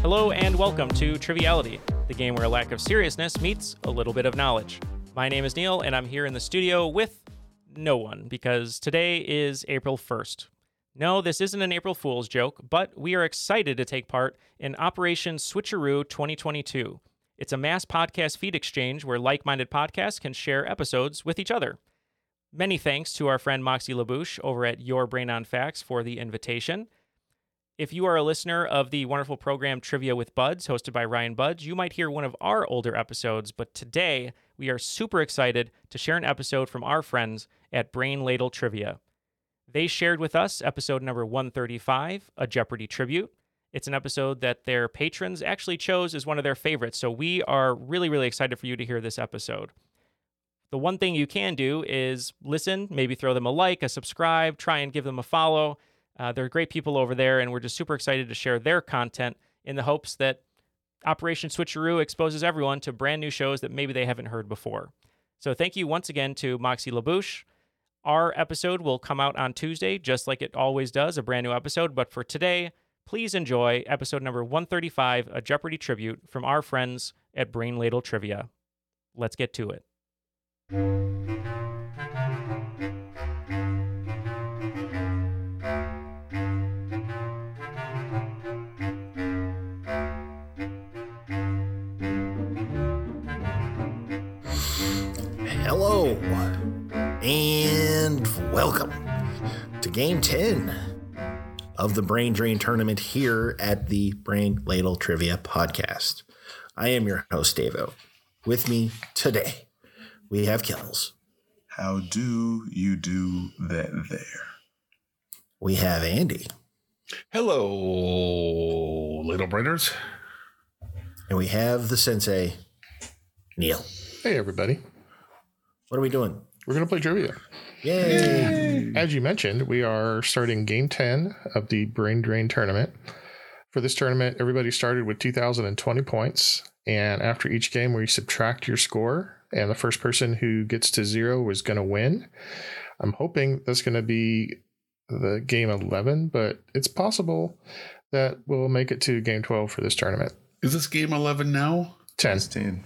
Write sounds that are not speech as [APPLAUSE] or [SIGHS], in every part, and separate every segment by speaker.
Speaker 1: Hello and welcome to Triviality, the game where a lack of seriousness meets a little bit of knowledge. My name is Neil, and I'm here in the studio with no one because today is April 1st. No, this isn't an April Fool's joke, but we are excited to take part in Operation Switcheroo 2022. It's a mass podcast feed exchange where like minded podcasts can share episodes with each other. Many thanks to our friend Moxie LaBouche over at Your Brain on Facts for the invitation. If you are a listener of the wonderful program Trivia with Buds, hosted by Ryan Buds, you might hear one of our older episodes. But today, we are super excited to share an episode from our friends at Brain Ladle Trivia. They shared with us episode number 135, a Jeopardy tribute. It's an episode that their patrons actually chose as one of their favorites. So we are really, really excited for you to hear this episode. The one thing you can do is listen, maybe throw them a like, a subscribe, try and give them a follow. Uh, they're great people over there, and we're just super excited to share their content in the hopes that Operation Switcheroo exposes everyone to brand new shows that maybe they haven't heard before. So thank you once again to Moxie LaBouche. Our episode will come out on Tuesday, just like it always does, a brand new episode. But for today, please enjoy episode number 135, a Jeopardy tribute from our friends at Brain Ladle Trivia. Let's get to it.
Speaker 2: Hello, and welcome to game 10 of the Brain Drain Tournament here at the Brain Ladle Trivia Podcast. I am your host, Davo. With me today, we have Kills,
Speaker 3: How do you do that there?
Speaker 2: we have Andy,
Speaker 4: Hello, little brainers.
Speaker 2: and we have the sensei, Neil.
Speaker 4: Hey, everybody.
Speaker 2: What are we doing?
Speaker 4: We're going to play trivia.
Speaker 2: Yay!
Speaker 4: As you mentioned, we are starting game 10 of the Brain Drain tournament. For this tournament, everybody started with 2,020 points. And after each game, we subtract your score. And the first person who gets to zero is going to win. I'm hoping that's going to be the game 11, but it's possible that we'll make it to game 12 for this tournament.
Speaker 5: Is this game 11 now?
Speaker 4: 10.
Speaker 3: It's 10.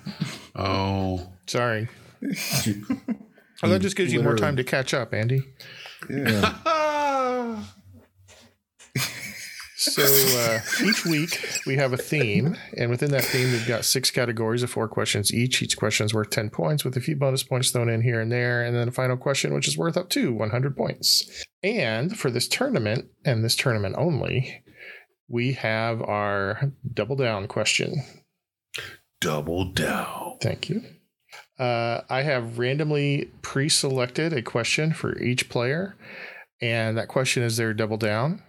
Speaker 5: Oh,
Speaker 4: Sorry. Oh, that just gives you more time to catch up, Andy.
Speaker 3: Yeah.
Speaker 4: [LAUGHS]
Speaker 5: [LAUGHS]
Speaker 4: So uh, each week we have a theme, and within that theme we've got six categories of four questions each. Each question's worth ten points, with a few bonus points thrown in here and there, and then a final question which is worth up to one hundred points. And for this tournament, and this tournament only, we have our double down question.
Speaker 5: double down.
Speaker 4: Thank you. Uh, I have randomly pre selected a question for each player, and that question is their double down.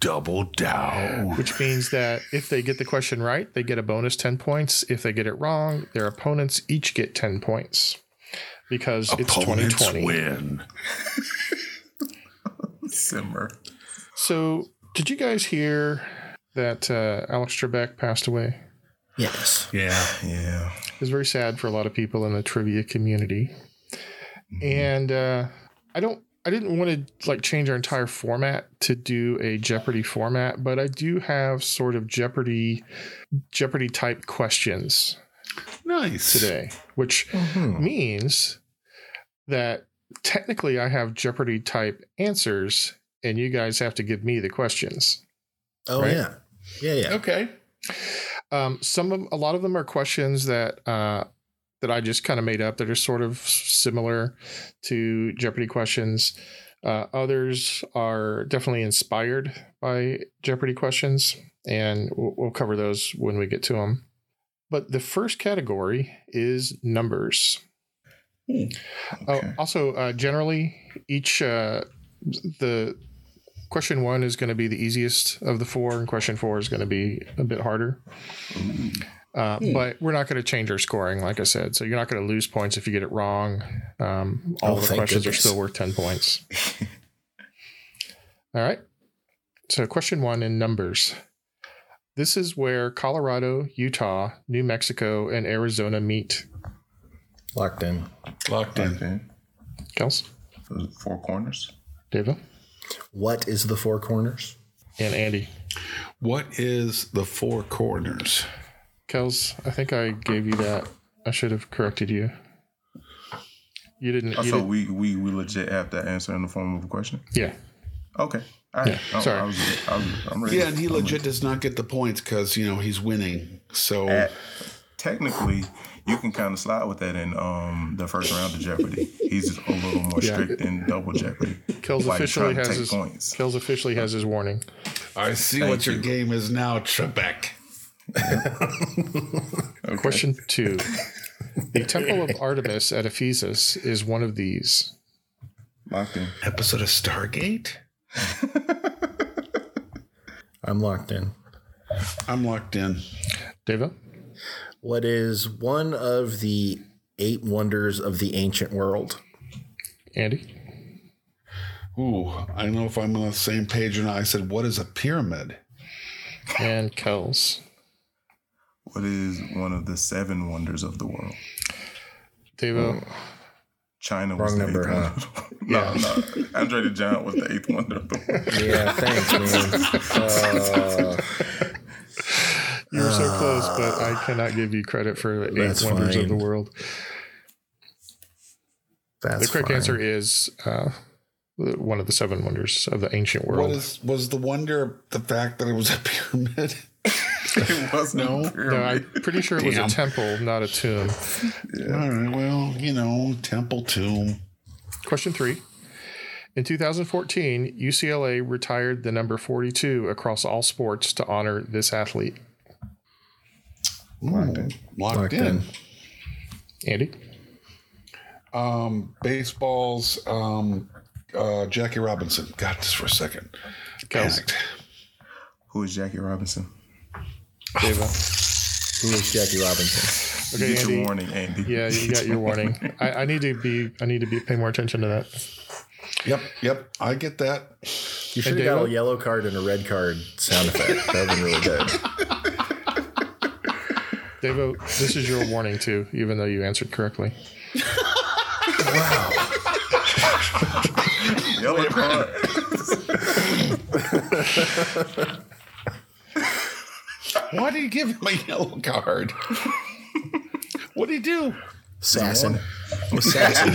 Speaker 5: Double down.
Speaker 4: which means that if they get the question right, they get a bonus 10 points. If they get it wrong, their opponents each get 10 points because it's
Speaker 5: Opponents
Speaker 4: 2020.
Speaker 5: win.
Speaker 3: [LAUGHS] Simmer.
Speaker 4: So, did you guys hear that uh, Alex Trebek passed away?
Speaker 2: Yes.
Speaker 5: Yeah.
Speaker 3: Yeah.
Speaker 4: It was very
Speaker 2: Mm-hmm.
Speaker 4: sad for a lot of people in the trivia community. And uh, I don't. I didn't want to like change our entire format to do a Jeopardy format, but I do have sort of Jeopardy Jeopardy type questions
Speaker 5: Nice.
Speaker 4: today, which
Speaker 2: Mm-hmm.
Speaker 4: means that technically I have Jeopardy type answers and you guys have to give me the questions.
Speaker 2: Oh
Speaker 4: Right.
Speaker 2: yeah, yeah, yeah.
Speaker 5: Okay.
Speaker 4: Um, some of a lot of them are questions that uh, that I just kind of made up that are sort of similar to Jeopardy questions. Uh, others are definitely inspired by Jeopardy questions, and we'll, we'll cover those when we get to them. But the first category is numbers.
Speaker 2: Hmm.
Speaker 5: Okay.
Speaker 4: Oh, also, uh, generally, each uh, the question one is going to be the easiest of the four, and question four is going to be a bit harder.
Speaker 2: Hmm.
Speaker 4: Uh, But we're not going to change our scoring, like I said. So you're not going to lose points if you get it wrong. Um, all
Speaker 2: Oh,
Speaker 4: the
Speaker 2: thank
Speaker 4: questions
Speaker 2: goodness.
Speaker 4: are still worth ten points. all right. So question one in numbers. This is where Colorado, Utah, New Mexico, and Arizona meet.
Speaker 2: Locked in.
Speaker 5: Locked in.
Speaker 3: Okay.
Speaker 4: Kels,
Speaker 3: Those Four corners.
Speaker 4: David,
Speaker 2: What is the four corners?
Speaker 4: and Andy.
Speaker 5: What is the four corners?
Speaker 4: Kels, I think I gave you that. I should have corrected you. You didn't.
Speaker 3: Oh,
Speaker 4: You
Speaker 3: so
Speaker 4: didn't
Speaker 3: we, we we legit have that answer in the form of a question.
Speaker 4: yeah.
Speaker 3: Okay. All right. Oh,
Speaker 4: Yeah, sorry.
Speaker 3: I was, I was, I'm ready.
Speaker 5: Yeah, and he
Speaker 3: I'm
Speaker 5: legit
Speaker 3: ready.
Speaker 5: does not get the points because you know he's winning. So
Speaker 3: At- Uh, technically, you can kind of slide with that in um the first round of Jeopardy. He's a little more
Speaker 4: Yeah.
Speaker 3: strict in Double Jeopardy.
Speaker 4: Kels
Speaker 3: Why you trying
Speaker 4: officially
Speaker 3: to
Speaker 4: has
Speaker 3: take
Speaker 4: his.
Speaker 3: points?
Speaker 4: Kels officially has his warning.
Speaker 5: I see what your game is
Speaker 3: [LAUGHS]
Speaker 5: now, Trebek.
Speaker 4: Question two: The Temple of Artemis at Ephesus is one of these.
Speaker 3: Locked in.
Speaker 5: Episode of Stargate.
Speaker 2: I'm locked in.
Speaker 5: I'm locked in.
Speaker 4: Deva,
Speaker 2: What is one of the eight wonders of the ancient world?
Speaker 4: Andy,
Speaker 5: Ooh, I don't know if I'm on the same page or not. I said, "What is a pyramid?"
Speaker 4: and Kels.
Speaker 3: What is one of the seven wonders of the world?
Speaker 4: Deva,
Speaker 3: China was
Speaker 2: Hmm.
Speaker 3: the
Speaker 2: Wrong number,
Speaker 3: eighth
Speaker 2: huh?
Speaker 3: wonder. [LAUGHS] no, no. Andre the Giant was the eighth wonder of the world.
Speaker 2: [LAUGHS] Yeah,
Speaker 3: [LAUGHS]
Speaker 2: thanks, man. Uh,
Speaker 4: you were so close, but I cannot give you credit for the eight
Speaker 2: That's
Speaker 4: wonders of the
Speaker 2: fine.
Speaker 4: world.
Speaker 2: that's
Speaker 4: the correct
Speaker 2: fine.
Speaker 4: answer is uh, one of the seven wonders of the ancient world.
Speaker 5: What is was the wonder the fact that it was a [LAUGHS] pyramid?
Speaker 3: It was no,
Speaker 5: No,
Speaker 3: [LAUGHS]
Speaker 4: no, I'm pretty sure it was
Speaker 5: Damn.
Speaker 4: a temple, not a tomb.
Speaker 5: All right, well, you know, temple tomb.
Speaker 4: Question three. In 2014, UCLA retired the number 42 across all sports to honor this athlete.
Speaker 5: Locked in. Hmm. Locked,
Speaker 2: Locked
Speaker 5: in.
Speaker 2: in.
Speaker 4: Andy,
Speaker 5: Um, baseball's um, uh, Jackie Robinson. Got this for a second.
Speaker 4: Kels,
Speaker 5: Panicked.
Speaker 3: Who is Jackie Robinson?
Speaker 5: uh?
Speaker 4: Deva.
Speaker 2: Who is Jackie Robinson?
Speaker 4: Okay,
Speaker 3: Get
Speaker 4: Andy.
Speaker 3: your warning, Andy.
Speaker 4: Yeah, you got your warning. I, I need to be. I need to be pay more attention to that.
Speaker 5: Yep, yep. I get that.
Speaker 2: You should have got a
Speaker 4: David?
Speaker 2: yellow card and a red card sound
Speaker 5: [LAUGHS]
Speaker 2: effect. That would have been really good.
Speaker 4: Devo, this is your warning too, even though you answered correctly.
Speaker 3: [LAUGHS]
Speaker 2: [LAUGHS]
Speaker 3: Yellow card.
Speaker 5: [LAUGHS] Why did you give him a yellow card? what did he do?
Speaker 2: Assassin. Assassin.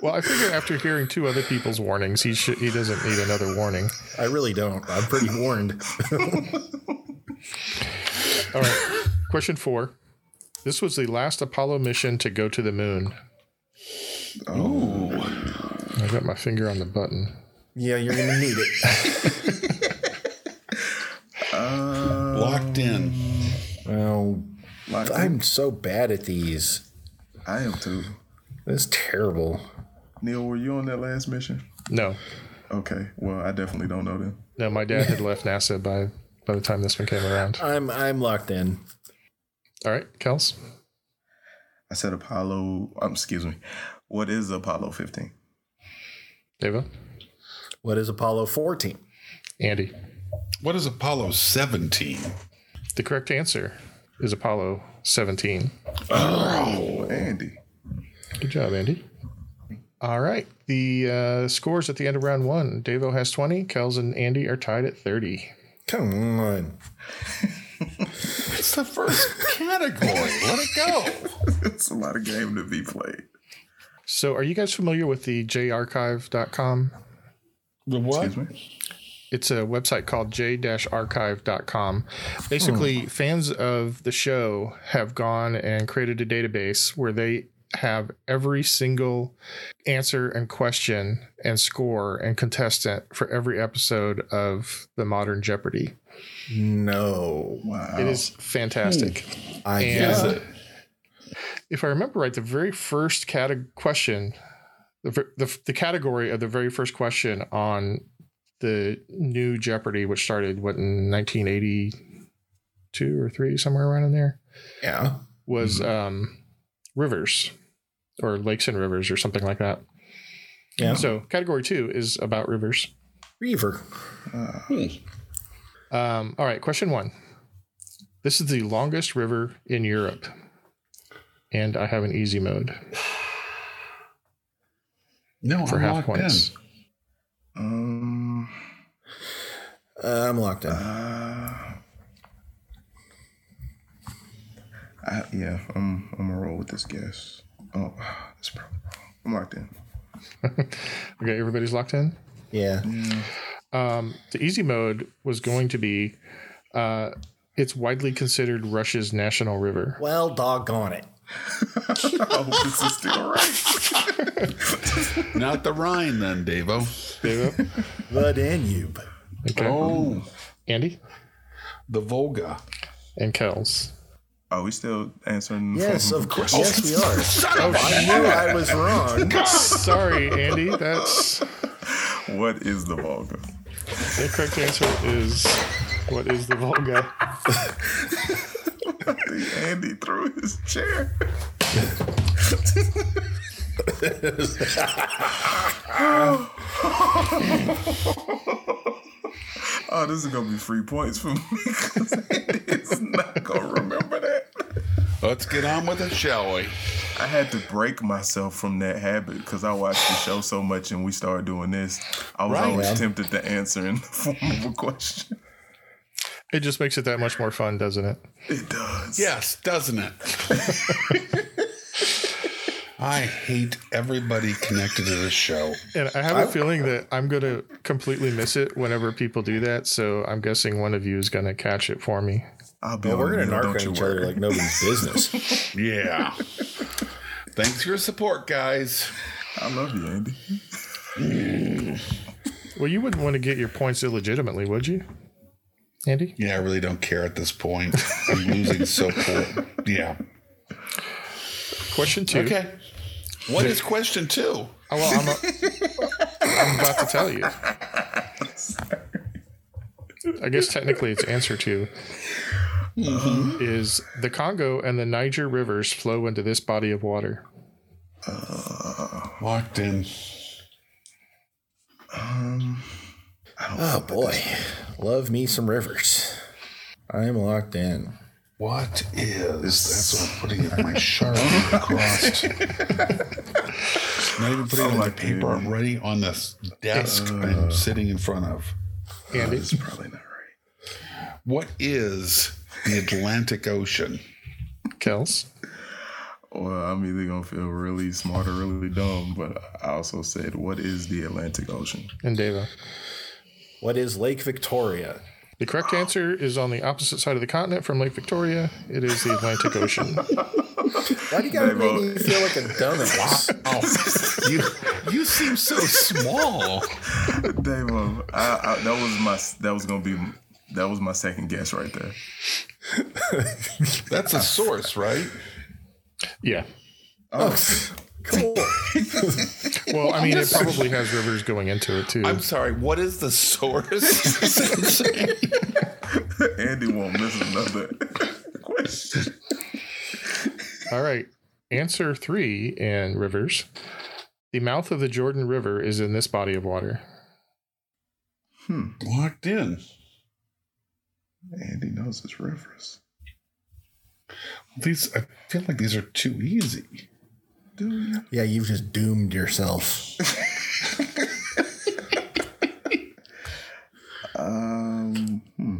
Speaker 4: Well, I figure after hearing two other people's warnings, he should. He doesn't need another warning.
Speaker 2: I really don't. I'm pretty warned.
Speaker 4: All right. Question four. This was the last Apollo mission to go to the moon. Oh. I got my finger on the button.
Speaker 2: Yeah, you're going to need it.
Speaker 5: Uh, Locked in.
Speaker 2: Well,
Speaker 3: Locked in.
Speaker 2: I'm so bad at these.
Speaker 3: I am too.
Speaker 2: This is terrible.
Speaker 3: Neil, were you on that last mission?
Speaker 4: No.
Speaker 3: Okay. Well, I definitely don't know then.
Speaker 4: No, my dad had left NASA by by the time this one came around.
Speaker 2: I'm I'm locked in.
Speaker 4: All right, Kels.
Speaker 3: I said Apollo. Um, excuse me. What is Apollo 15?
Speaker 4: Deva.
Speaker 2: What is Apollo 14?
Speaker 4: Andy.
Speaker 5: What is Apollo 17?
Speaker 4: The correct answer is Apollo 17.
Speaker 3: Well, Oh, Andy.
Speaker 4: Good job, Andy. All right. The uh, scores at the end of round one Davo has 20, Kels and Andy are tied at 30.
Speaker 2: Come on.
Speaker 5: It's the first category. Let it go.
Speaker 3: it's a lot of game to be played.
Speaker 4: So, are you guys familiar with the jarchive.com?
Speaker 5: The what?
Speaker 3: Excuse me.
Speaker 4: It's a website called
Speaker 3: Hmm.
Speaker 4: j-archive.com. Basically, fans of the show have gone and created a database where they have every single answer and question and score and contestant for every episode of the Modern Jeopardy.
Speaker 2: No. Hmm.
Speaker 3: Wow.
Speaker 4: It is fantastic.
Speaker 2: I
Speaker 4: And-
Speaker 2: guess it.
Speaker 4: if I remember right, the very first cate- question, the, ver- the the category of the very first question on the new Jeopardy, which started what in 1982 or three, somewhere around in there,
Speaker 2: Yeah.
Speaker 4: was um, rivers or lakes and rivers or something like that.
Speaker 2: Yeah.
Speaker 4: So category two is about rivers.
Speaker 2: Reaver.
Speaker 3: Uh,
Speaker 4: Hmm. Um, all right, question one. This is the longest river in Europe, and I have an easy mode
Speaker 5: No,
Speaker 4: for
Speaker 5: I'm
Speaker 4: half
Speaker 5: locked
Speaker 4: points.
Speaker 5: in.
Speaker 3: Um,
Speaker 2: Uh, I'm locked in.
Speaker 5: uh,
Speaker 3: I, yeah, I'm I'm gonna roll with this guess. Oh, [SIGHS] that's probably wrong. I'm locked in.
Speaker 4: Okay, everybody's locked in.
Speaker 2: Yeah.
Speaker 4: Um, the easy mode was going to be uh, it's widely considered Russia's national river.
Speaker 2: Well, doggone it.
Speaker 3: I hope this is still [LAUGHS] right.
Speaker 5: Not the Rhine, then, Davo.
Speaker 4: Dave,
Speaker 2: The Danube.
Speaker 4: okay.
Speaker 5: Oh, [LAUGHS]
Speaker 4: Andy
Speaker 5: the Volga.
Speaker 4: and Kells.
Speaker 3: Are we still answering? the
Speaker 2: Yes,
Speaker 3: phone
Speaker 2: of course.
Speaker 3: question?
Speaker 2: Yes,
Speaker 3: [LAUGHS]
Speaker 2: we are. I knew I was wrong.
Speaker 4: Sorry, Andy. That's
Speaker 3: What is the Volga?
Speaker 4: the correct answer is what is the Volga?
Speaker 3: [LAUGHS] Andy threw his
Speaker 2: [LAUGHS]
Speaker 3: chair. oh, this is gonna be free points for me [LAUGHS] because Andy's not gonna remember that.
Speaker 5: Let's get on with it, shall we?
Speaker 3: I had to break myself from that habit because I watched the show so much and we started doing this. I was
Speaker 5: Right.
Speaker 3: always tempted to answer in the [LAUGHS] form of a question.
Speaker 4: It just makes it that much more fun, doesn't it?
Speaker 3: It does.
Speaker 5: Yes, doesn't it? [LAUGHS] I hate everybody connected to this show.
Speaker 4: And I have a feeling that I'm going to completely miss it whenever people do that. So I'm guessing one of you is going to catch it for me.
Speaker 3: I'll be
Speaker 2: Well,
Speaker 3: on
Speaker 2: [LAUGHS] we're
Speaker 5: Oh,
Speaker 2: going to
Speaker 3: mute,
Speaker 2: narc
Speaker 3: don't
Speaker 2: on
Speaker 3: you
Speaker 2: each
Speaker 3: worry.
Speaker 2: other like nobody's
Speaker 5: [LAUGHS]
Speaker 2: business.
Speaker 5: Yeah. Thanks for your support, guys. Mm.
Speaker 3: I love you, Andy.
Speaker 4: Well, you wouldn't want to get your points illegitimately, would you, Andy?
Speaker 5: Yeah, I really don't care at this point. I'm losing so poor. Yeah.
Speaker 4: Question two.
Speaker 5: Okay. What is question two?
Speaker 4: Oh, well, I'm, a, I'm about to tell
Speaker 3: [LAUGHS]
Speaker 4: you. I guess technically it's answer two.
Speaker 5: Mm-hmm.
Speaker 4: Is the Congo and the Niger rivers flow into this body of water?
Speaker 5: Uh, Locked in. Um,
Speaker 2: oh, boy. Love me some rivers. I'm locked in.
Speaker 5: [LAUGHS] What is? That's what I'm putting in my
Speaker 2: [LAUGHS]
Speaker 5: sharp crossed. Not even putting it on the
Speaker 3: like
Speaker 5: paper. I'm already on this desk I'm sitting in front of. Uh,
Speaker 4: Andy?
Speaker 3: It's probably not right.
Speaker 5: What is the Atlantic Ocean?
Speaker 4: Kels?
Speaker 3: Well, I'm either gonna feel really smart or really dumb, but I also said, "What is the Atlantic Ocean?"
Speaker 4: And Deva?
Speaker 2: What is Lake Victoria?
Speaker 4: The correct answer is on the opposite side of the continent from Lake Victoria. It is the Atlantic Ocean.
Speaker 2: Why do you gotta make
Speaker 3: both-
Speaker 2: me feel like a dumbass?
Speaker 5: [LAUGHS] Oh, you, you seem so small.
Speaker 3: Davo, I, I, that was my that was gonna be that was my second guess right there.
Speaker 5: That's a source, right?
Speaker 4: Yeah.
Speaker 2: Oh,
Speaker 3: [LAUGHS]
Speaker 2: cool.
Speaker 4: Well, I mean, [LAUGHS] it probably has rivers going into it too.
Speaker 5: I'm sorry. What is the source?
Speaker 3: Andy won't miss another question.
Speaker 4: All right. Answer three in rivers. The mouth of the Jordan River is in this body of water.
Speaker 5: Hmm. Locked in.
Speaker 3: Andy knows his rivers.
Speaker 5: These I feel like these are too easy.
Speaker 3: do.
Speaker 2: Yeah, you've just doomed
Speaker 5: [LAUGHS]
Speaker 2: yourself.
Speaker 3: Um, hmm.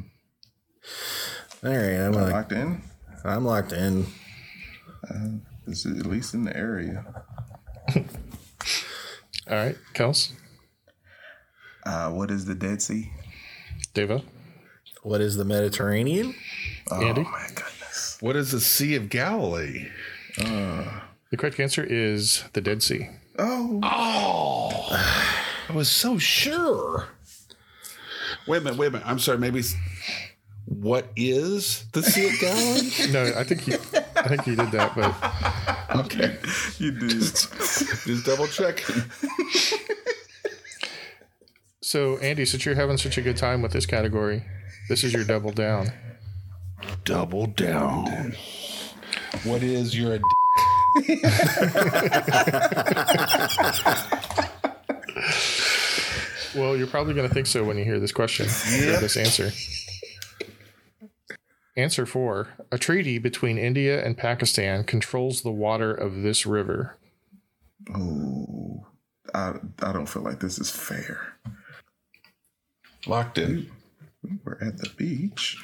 Speaker 2: All right, I'm like,
Speaker 3: locked in.
Speaker 2: I'm locked in.
Speaker 3: This is at least in the area.
Speaker 4: All right, Kels,
Speaker 3: Uh, what is the Dead Sea?
Speaker 4: Devo, Uh,
Speaker 2: What is the Mediterranean?
Speaker 3: Oh
Speaker 4: Andy?
Speaker 3: my goodness.
Speaker 5: What is the Sea of Galilee? Uh.
Speaker 4: The correct answer is the Dead Sea.
Speaker 3: Oh,
Speaker 5: Oh, [SIGHS] I was so sure. Wait a minute, wait a minute. I'm sorry. Maybe it's- what is the Sea of Galilee? [LAUGHS]
Speaker 4: No, I think you, I think you did that, but
Speaker 5: okay,
Speaker 3: you
Speaker 5: [LAUGHS]
Speaker 3: did.
Speaker 5: just double [LAUGHS] checking.
Speaker 4: so Andy, since you're having such a good time with this category, this is your double down.
Speaker 5: Double down. What is your? ad-
Speaker 4: Well, you're probably going to think so when you hear this question or this answer. Answer four: A treaty between India and Pakistan controls the water of this river.
Speaker 3: Oh, I, I don't feel like this is fair.
Speaker 5: Locked in.
Speaker 3: We were at the beach.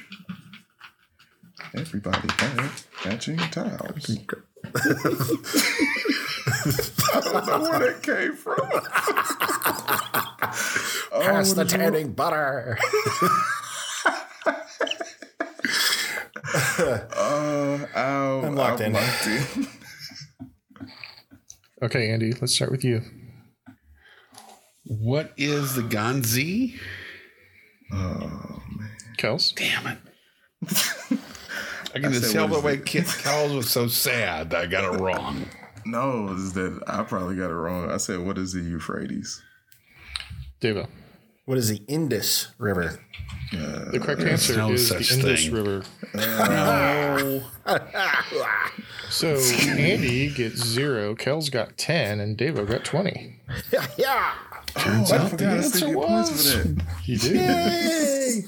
Speaker 3: Everybody had matching towels. [LAUGHS] I don't know where that came from. Oh,
Speaker 2: [LAUGHS] Pass the
Speaker 3: what is it?
Speaker 2: tanning butter.
Speaker 3: Uh, ow,
Speaker 2: I'm locked in.
Speaker 3: locked in.
Speaker 4: Okay, Andy, let's start with you.
Speaker 5: What is the Ganzi? Oh,
Speaker 4: Kels,
Speaker 5: Damn [LAUGHS] it. I can just
Speaker 3: said,
Speaker 5: tell
Speaker 3: what
Speaker 5: the
Speaker 3: is
Speaker 5: way
Speaker 3: it?
Speaker 5: Kit Cowles was so sad that I got it [LAUGHS] wrong.
Speaker 3: No, is that I probably got it wrong. I said, "What is the Euphrates?"
Speaker 4: Devo.
Speaker 2: What is the Indus River?
Speaker 4: The correct
Speaker 5: There's
Speaker 4: answer
Speaker 5: no
Speaker 4: is the
Speaker 5: such
Speaker 4: Indus
Speaker 5: thing.
Speaker 4: River.
Speaker 2: Uh,
Speaker 5: Ah, [LAUGHS]
Speaker 4: so Andy gets zero, Kel's got ten, and Devo got twenty.
Speaker 5: ah,
Speaker 2: Yeah.
Speaker 3: Turns out the
Speaker 5: answer was-
Speaker 4: [LAUGHS] You do.
Speaker 2: Yay.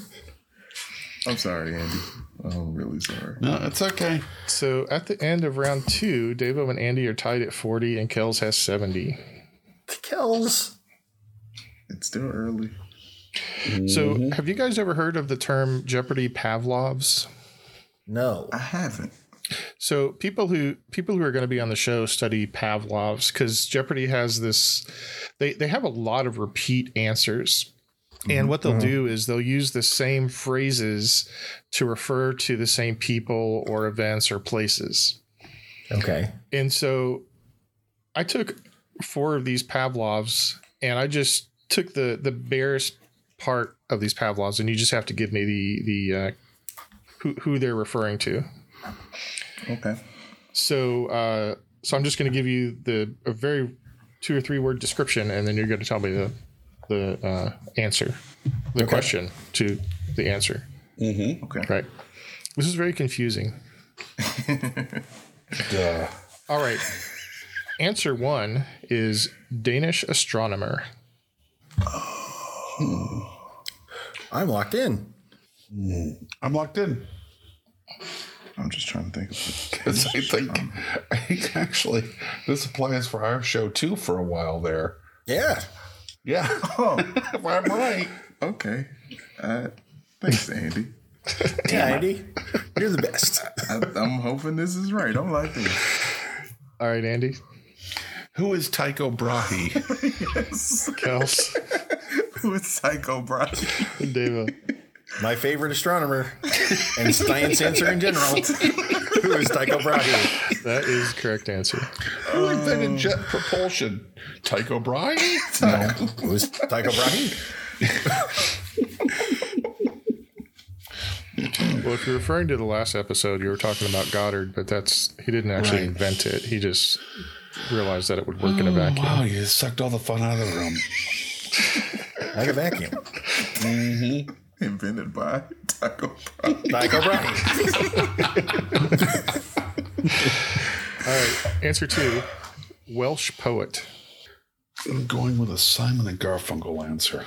Speaker 3: I'm sorry, Andy. I'm really sorry.
Speaker 5: No, it's okay.
Speaker 4: So at the end of round two, Devo and Andy are tied at forty, and Kells has seventy.
Speaker 2: Kells.
Speaker 3: It's still early.
Speaker 5: Mm-hmm.
Speaker 4: So have you guys ever heard of the term Jeopardy Pavlovs?
Speaker 2: No.
Speaker 3: I haven't.
Speaker 4: So people who people who are going to be on the show study Pavlov's because Jeopardy has this. They they have a lot of repeat answers, and what they'll do is they'll use the same phrases to refer to the same people or events or places.
Speaker 2: Okay.
Speaker 4: And so, I took four of these Pavlovs, and I just took the the barest part of these Pavlovs, and you just have to give me the the uh, who who they're referring to.
Speaker 3: Okay.
Speaker 4: So, uh, so I'm just going to give you the a very two or three word description, and then you're going to tell me the the uh, answer, the question to the answer.
Speaker 3: Okay.
Speaker 4: Right. This is very confusing.
Speaker 5: Duh.
Speaker 4: All right. Answer one is Danish astronomer.
Speaker 2: I'm locked in.
Speaker 5: I'm locked in.
Speaker 3: I'm just trying to think.
Speaker 5: [LAUGHS]
Speaker 3: Of Um,
Speaker 5: Because I think, I think actually this applies for our show too for a while there.
Speaker 2: Yeah.
Speaker 5: Yeah. [LAUGHS]
Speaker 3: Oh.
Speaker 5: I'm right. [LAUGHS]
Speaker 3: okay. Uh, thanks, Andy.
Speaker 2: Yeah, Andy. You're the best.
Speaker 3: [LAUGHS] I, I'm hoping this is right. I'm like this.
Speaker 4: All right, Andy.
Speaker 5: Who is Tycho
Speaker 3: [LAUGHS]
Speaker 5: Brahe?
Speaker 4: Kels.
Speaker 3: Who is Psycho Brody?
Speaker 4: Deva.
Speaker 2: My favorite astronomer and science answer in
Speaker 3: [LAUGHS]
Speaker 2: general. Who is Tycho Brahe?
Speaker 4: That is correct answer.
Speaker 5: Who invented jet propulsion? Tycho Brahe?
Speaker 2: Who is Tycho Brahe?
Speaker 4: Well, if you're referring to the last episode, you were talking about Goddard, but that's he didn't actually invent it. He just realized that it would work in a vacuum.
Speaker 5: Oh, Wow, you just sucked all the fun out of the room.
Speaker 2: Like a vacuum. Mm-hmm.
Speaker 3: Invented by Taco Brody.
Speaker 2: Tycho Brahe.
Speaker 4: All right. Answer two Welsh poet.
Speaker 5: I'm going with a Simon and Garfunkel answer.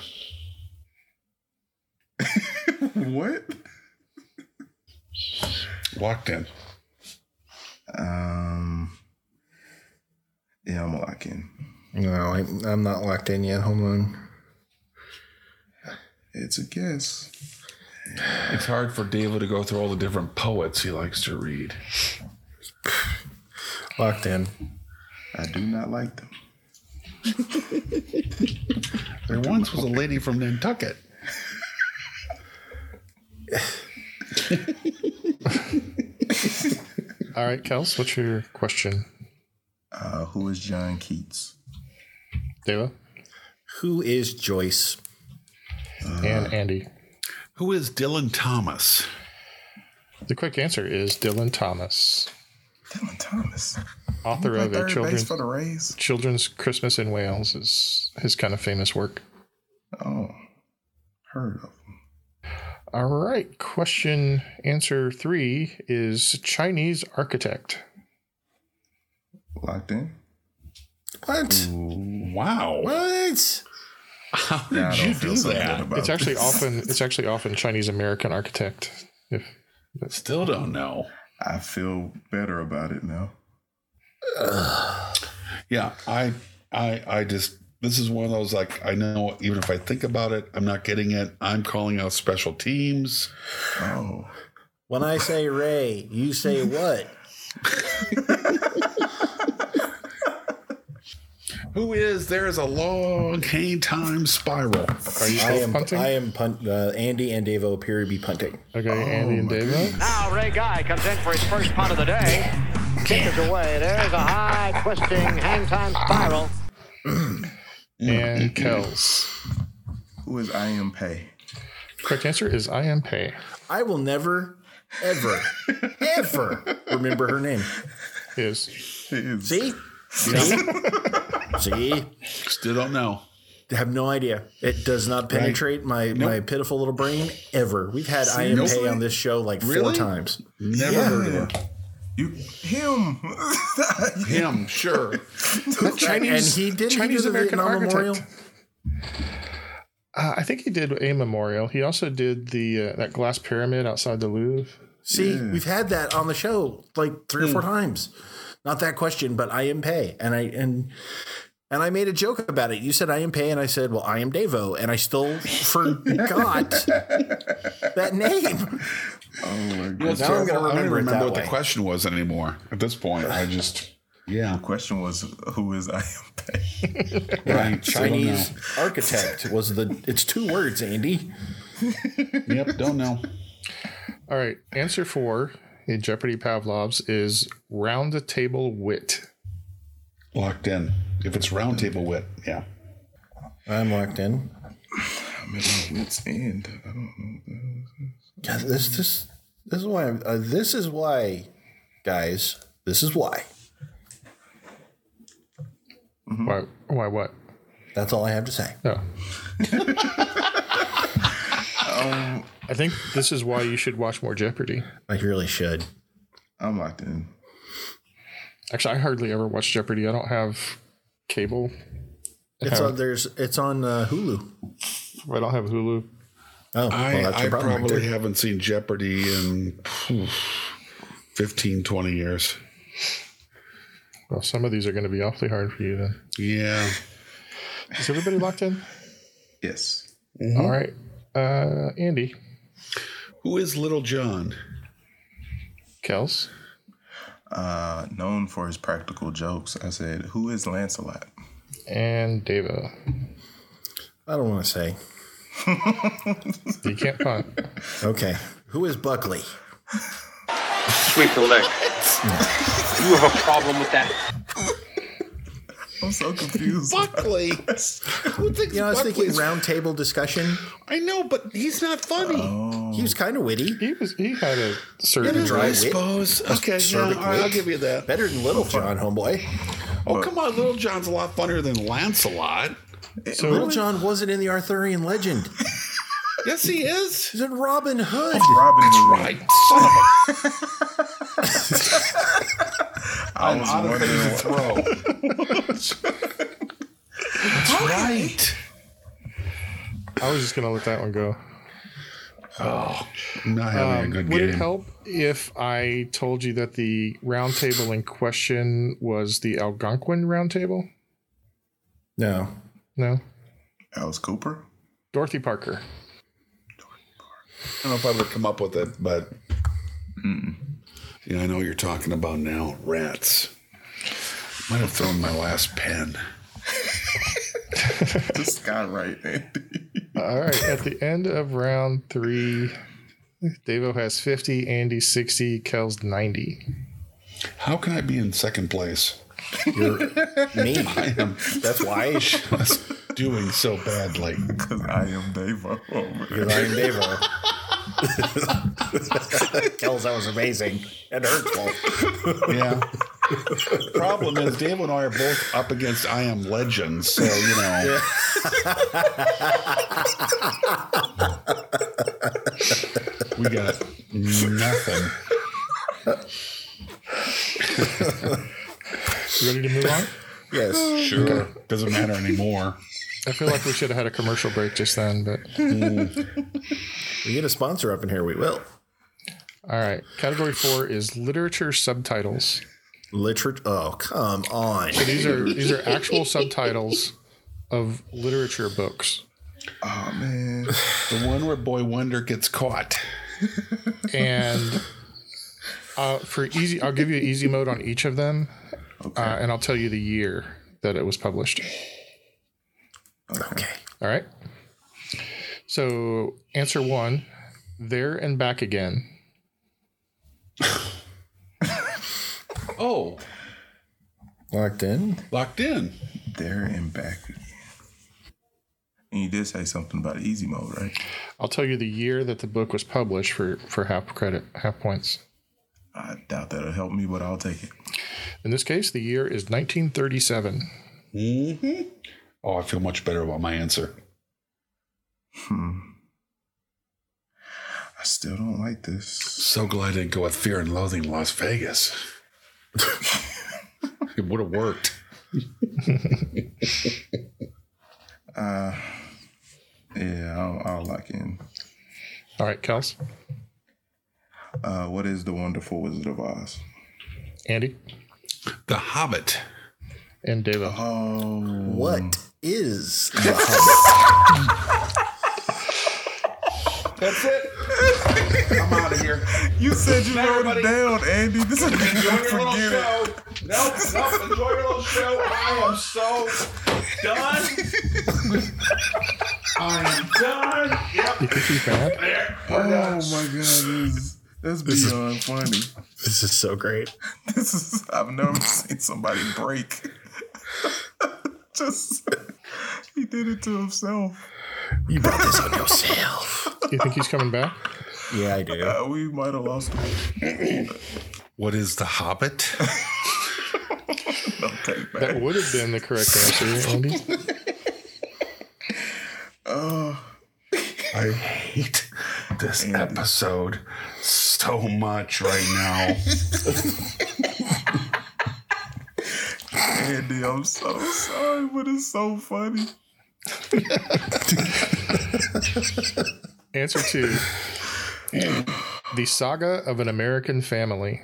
Speaker 5: [LAUGHS]
Speaker 3: What?
Speaker 5: Locked in.
Speaker 3: Um, Yeah, I'm gonna lock in.
Speaker 2: No, I, I'm not locked in yet. Hold on.
Speaker 3: It's a guess.
Speaker 5: It's hard for David to go through all the different poets he likes to read.
Speaker 2: Locked in.
Speaker 3: I do not like them.
Speaker 5: [LAUGHS] There once was a lady from Nantucket.
Speaker 4: All right, Kels, what's your question?
Speaker 3: Uh, who is John Keats?
Speaker 4: Deva
Speaker 2: Who is Joyce?
Speaker 3: Uh,
Speaker 4: and Andy.
Speaker 5: Who is Dylan Thomas?
Speaker 4: The quick answer is Dylan Thomas,
Speaker 3: Dylan Thomas.
Speaker 4: author of a
Speaker 3: Third
Speaker 4: children,
Speaker 3: base for the Rays.
Speaker 4: children's Christmas in Wales is his kind of famous work.
Speaker 3: Oh, heard of him.
Speaker 4: All right, question answer three is Chinese architect.
Speaker 3: Locked in.
Speaker 2: What?
Speaker 5: Wow.
Speaker 2: What?
Speaker 5: How did
Speaker 3: Yeah, I don't
Speaker 5: you
Speaker 3: feel
Speaker 5: do
Speaker 3: so good
Speaker 5: that?
Speaker 3: about
Speaker 4: It's
Speaker 3: it.
Speaker 4: actually often it's actually often Chinese American architect. If
Speaker 5: Still don't know.
Speaker 3: I feel better about it now.
Speaker 5: [SIGHS] Yeah, I, I, I just this is one of those like I know even if I think about it, I'm not getting it. I'm calling out special teams.
Speaker 3: Oh,
Speaker 2: When I say Ray, you say what?
Speaker 5: [LAUGHS] Who is there is a long hang time spiral.
Speaker 4: are
Speaker 2: I
Speaker 4: you still
Speaker 2: am.
Speaker 4: punting?
Speaker 2: I am punt. Uh, Andy and Dave appear to be punting.
Speaker 5: Oh
Speaker 4: okay, Andy and Deva.
Speaker 6: Now Ray Guy comes in for his first punt of the day. Kick is away. There's a high twisting hang time spiral.
Speaker 4: And E Kels.
Speaker 3: who is I am Pay?
Speaker 4: Correct answer is I am Pei.
Speaker 2: I will never, ever, ever remember her name.
Speaker 4: Is
Speaker 2: See? See? See?
Speaker 5: Still don't know.
Speaker 2: Have no idea. It does not penetrate my, my pitiful little brain ever. We've had I am
Speaker 5: Nope.
Speaker 2: Pay on this show like four
Speaker 5: Really?
Speaker 2: times.
Speaker 5: Never heard of her.
Speaker 3: You him?
Speaker 5: Him, sure.
Speaker 4: Chinese
Speaker 2: and he did he do
Speaker 4: Chinese
Speaker 2: the
Speaker 4: American
Speaker 2: Vietnam
Speaker 4: architect.
Speaker 2: Memorial.
Speaker 4: Uh, I think he did a memorial. He also did the uh, that glass pyramid outside the Louvre.
Speaker 2: See, we've had that on the show like three or four times. Not that question, but I am pay. And I and and I made a joke about it. You said I am pay, and I said, Well, I am Devo, and I [LAUGHS] still forgot that name.
Speaker 5: Well, it's
Speaker 2: Now I'm gonna
Speaker 5: terrible. Oh, I don't even
Speaker 2: remember it that
Speaker 5: remember what
Speaker 2: way.
Speaker 5: the question was anymore. At this point, I just yeah.
Speaker 3: The question was who is I am Pay?
Speaker 5: Right. Still don't
Speaker 2: Chinese architect was the it's two words, Andy.
Speaker 5: know. [LAUGHS] Yep. Don't know.
Speaker 4: All right, answer four in Jeopardy Pavlov's is round the table wit.
Speaker 5: Locked in. If it's round table wit, yeah.
Speaker 2: I'm
Speaker 5: [SIGHS]
Speaker 2: locked in.
Speaker 3: I'm at my wit's end. I don't know.
Speaker 2: Yeah, this this this is why I'm, uh, this is why, guys. This is why.
Speaker 3: Mm-hmm.
Speaker 4: Why? Why what?
Speaker 2: That's all I have to say.
Speaker 4: No.
Speaker 5: Oh.
Speaker 4: I think this is why you should watch more Jeopardy.
Speaker 2: I really should.
Speaker 3: I'm locked in.
Speaker 4: Actually, I hardly ever watch Jeopardy. I don't have cable.
Speaker 2: It's on there's it's on uh, Hulu.
Speaker 4: I don't have Hulu.
Speaker 2: Oh,
Speaker 5: I,
Speaker 2: well, that's
Speaker 5: I
Speaker 2: your problem right
Speaker 5: probably
Speaker 2: there.
Speaker 5: haven't seen Jeopardy in phew, 15, 20 years.
Speaker 4: Well, some of these are going to be awfully hard for you then.
Speaker 5: Yeah.
Speaker 4: Is everybody locked in?
Speaker 3: Yes.
Speaker 4: All right. Uh, Andy,
Speaker 5: Who is Little John?
Speaker 4: Kels,
Speaker 3: Uh, known for his practical jokes, I said, "Who is Lancelot?"
Speaker 4: and Deva.
Speaker 2: I don't want to say.
Speaker 4: You can't punt.
Speaker 2: Okay. [LAUGHS] Who is Buckley?
Speaker 7: Sweep the leg. you have a problem with that?
Speaker 3: I'm so confused.
Speaker 5: Buckley. [LAUGHS] Who thinks
Speaker 2: You know, I was thinking
Speaker 5: Buckley's-
Speaker 2: round table discussion.
Speaker 5: I know, but he's not funny.
Speaker 3: Oh.
Speaker 2: He was kind of witty.
Speaker 4: He was. He had
Speaker 5: Oh.
Speaker 4: a
Speaker 5: It
Speaker 4: certain.
Speaker 5: is,
Speaker 2: dry
Speaker 5: I
Speaker 2: wit.
Speaker 5: suppose. Okay, yeah,
Speaker 2: Cervic
Speaker 5: all right, I'll
Speaker 2: wit.
Speaker 5: give you that.
Speaker 2: Better than Little John, homeboy.
Speaker 5: Oh, come on. Little John's a lot funnier than Lancelot.
Speaker 2: Little John wasn't in the Arthurian legend.
Speaker 5: [LAUGHS] Yes, he is.
Speaker 2: He's in Robin Hood.
Speaker 3: Robin Hood.
Speaker 5: Right. Son of a.
Speaker 3: I was
Speaker 5: out of
Speaker 3: wondering
Speaker 5: phase
Speaker 3: what-
Speaker 5: to throw.
Speaker 4: [LAUGHS]
Speaker 5: That's right.
Speaker 4: I was just gonna let that one go.
Speaker 5: Oh, I'm not having
Speaker 4: Um,
Speaker 5: a good
Speaker 4: would
Speaker 5: game.
Speaker 4: it help if I told you that the round table in question was the Algonquin round table?
Speaker 2: No.
Speaker 4: No.
Speaker 3: Alice Cooper.
Speaker 5: [LAUGHS]
Speaker 4: Dorothy Parker.
Speaker 5: I don't know if I would come up with it, but yeah, I know what you're talking about now. Rats. Might have thrown my last
Speaker 4: [LAUGHS]
Speaker 5: pen.
Speaker 3: This guy right, Andy.
Speaker 4: All right. At the end of round three, Davo has 50, Andy 60, Kel's 90.
Speaker 5: How can I be in second place? [LAUGHS]
Speaker 2: You're me.
Speaker 5: I am
Speaker 2: That's why
Speaker 5: just doing so badly.
Speaker 3: Because I am Devo.
Speaker 2: you're
Speaker 5: [LAUGHS]
Speaker 2: Ryan Devo. Kells, that was amazing and hurtful.
Speaker 5: Yeah. Problem is, Dave and I are both up against I Am Legend, so you know. we got nothing.
Speaker 4: You ready to move on?
Speaker 2: Yes.
Speaker 5: Sure. Doesn't matter anymore.
Speaker 4: I feel like we should have had a commercial break just then, but
Speaker 2: [LAUGHS] We get a sponsor up in here, we will.
Speaker 4: all right. Category four is literature subtitles.
Speaker 2: Literature. Oh, come on.
Speaker 4: These are these are actual subtitles of literature books.
Speaker 3: Oh man.
Speaker 5: The one where Boy Wonder gets caught.
Speaker 4: and uh, for easy, I'll give you easy mode on each of them, uh, and I'll tell you the year that it was published.
Speaker 2: Okay.
Speaker 4: All right. So answer one, there and back again.
Speaker 5: Oh,
Speaker 2: Locked in.
Speaker 5: locked in.
Speaker 3: There and back again. And you did say something about easy mode, right?
Speaker 4: I'll tell you the year that the book was published for for half credit, half points.
Speaker 3: I doubt that'll help me, but I'll take it.
Speaker 4: In this case, the year is 1937.
Speaker 5: [LAUGHS]
Speaker 3: Mm-hmm.
Speaker 5: Oh, I feel much better about my answer.
Speaker 3: Hmm. I still don't like this.
Speaker 5: So glad I didn't go with Fear and Loathing in Las Vegas. [LAUGHS] it would have worked.
Speaker 3: [LAUGHS] [LAUGHS] Uh, yeah, I'll, I'll lock in.
Speaker 4: All right, Kels,
Speaker 3: Uh, what is the Wonderful Wizard of Oz?
Speaker 4: Andy,
Speaker 5: The Hobbit.
Speaker 4: and Deva.
Speaker 3: Oh,
Speaker 2: What
Speaker 5: [LAUGHS]
Speaker 2: is the Hobbit?
Speaker 5: That's it.
Speaker 3: [LAUGHS]
Speaker 5: I'm out of here.
Speaker 3: you said you wrote it
Speaker 5: Everybody-
Speaker 3: down, Andy. This is
Speaker 5: Enjoy
Speaker 3: gonna
Speaker 5: your little
Speaker 3: forget it.
Speaker 5: show. Nope, nope. Enjoy your little show. I am so done. I am done. Yep.
Speaker 4: You think he's bad?
Speaker 3: Oh my god, this is, that's beyond funny.
Speaker 2: This is so great.
Speaker 3: [LAUGHS] This is I've never seen somebody break. [LAUGHS] Just
Speaker 8: [LAUGHS]
Speaker 3: he did it to himself.
Speaker 2: You brought this on yourself.
Speaker 4: You think he's coming back?
Speaker 2: Yeah, I do.
Speaker 3: Uh, we might have
Speaker 4: [CLEARS THROAT]
Speaker 3: lost him.
Speaker 5: What is the
Speaker 2: [LAUGHS]
Speaker 5: Hobbit?
Speaker 3: Okay, back.
Speaker 4: That would have been the correct
Speaker 2: [LAUGHS]
Speaker 4: answer, Andy.
Speaker 2: Uh.
Speaker 5: I hate this episode so much right [LAUGHS] now.
Speaker 3: Andy, I'm so sorry, but it's so [LAUGHS] funny.
Speaker 4: Answer two. the Saga of an American Family.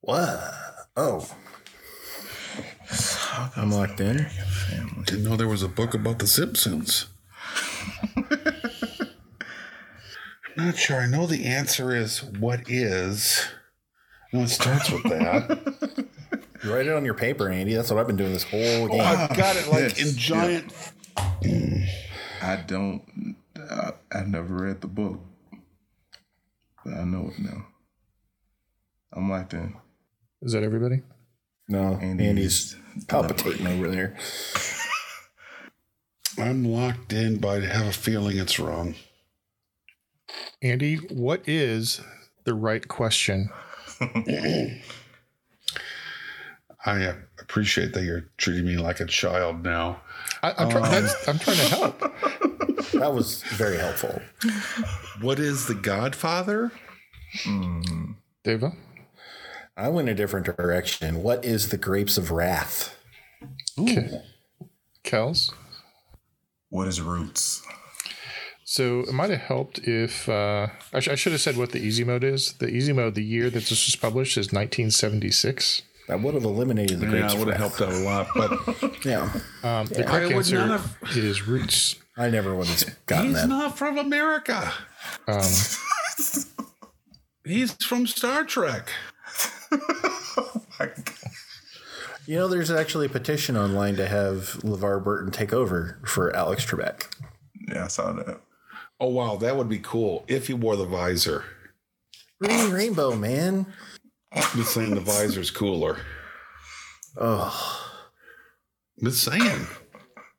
Speaker 2: What? Oh. I'm locked in.
Speaker 5: Didn't know there was a book about the Simpsons. [LAUGHS] I'm not sure. I know the answer is what is. No, it starts with that.
Speaker 2: You write it on your paper, Andy. That's what I've been doing this whole game.
Speaker 5: I've Oh, got it like
Speaker 3: Yes,
Speaker 5: in giant.
Speaker 3: I don't. I, I've never read the book, but I know it now. I'm like that.
Speaker 4: Is that everybody?
Speaker 2: no, Andy's
Speaker 3: [LAUGHS]
Speaker 2: palpitating over there.
Speaker 5: I'm locked in, but I have a feeling it's wrong.
Speaker 4: Andy, what is the right question?
Speaker 5: [CLEARS THROAT] I uh, appreciate that you're treating me like a child now.
Speaker 4: I, I'm,
Speaker 5: Um,
Speaker 2: Um.
Speaker 4: try- that's, I'm trying to help.
Speaker 2: That was very helpful.
Speaker 5: What is the Godfather?
Speaker 4: Hmm. Deva,
Speaker 2: I went a different direction. What is the grapes of wrath?
Speaker 4: Ooh. Kels,
Speaker 3: What is roots?
Speaker 4: So it might have helped if uh, I, sh- I should have said what the easy mode is. The easy mode, the year that this was published, is 1976.
Speaker 2: That would have eliminated the
Speaker 5: Yeah,
Speaker 2: grapes.
Speaker 5: I would have helped out a lot, but
Speaker 2: [LAUGHS] Yeah,
Speaker 4: Um, the
Speaker 5: I
Speaker 4: correct
Speaker 5: would
Speaker 4: answer
Speaker 5: not have-
Speaker 4: is roots.
Speaker 2: I never would have gotten
Speaker 5: he's
Speaker 2: that.
Speaker 5: not from America.
Speaker 4: Um,
Speaker 5: He's from Star Trek.
Speaker 2: you know, there's actually a petition online to have LeVar Burton take over for Alex Trebek.
Speaker 7: Yeah, I saw that.
Speaker 5: Oh wow, that would be cool if he wore the visor.
Speaker 2: Green Rainbow, man.
Speaker 5: Been saying the visor's cooler.
Speaker 2: Oh,
Speaker 5: Been saying.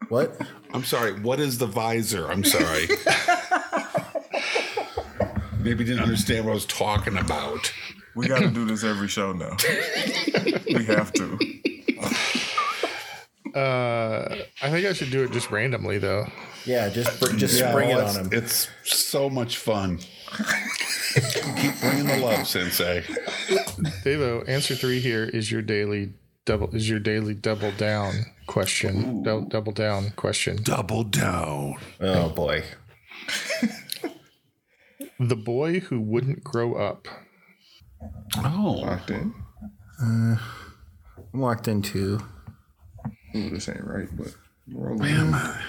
Speaker 2: what?
Speaker 5: I'm sorry. What is the visor?
Speaker 7: [LAUGHS]
Speaker 5: I'm
Speaker 2: [LAUGHS]
Speaker 5: sorry. Maybe you didn't understand what I was talking about.
Speaker 7: We got to do this every show now. [LAUGHS] we have to.
Speaker 4: [LAUGHS] uh, I think I should do it just randomly though.
Speaker 2: Yeah, just br- just spring it on him.
Speaker 5: It's so much fun. Keep bringing the love, Sensei.
Speaker 4: Devo, answer three here is your daily double is your daily double down question. Dou- double down question.
Speaker 5: Double down.
Speaker 2: oh boy.
Speaker 4: The boy who wouldn't grow up.
Speaker 5: Oh,
Speaker 3: Locked in.
Speaker 2: Uh, I'm locked into.
Speaker 3: Ooh, this ain't right, but we're all in.
Speaker 5: uh,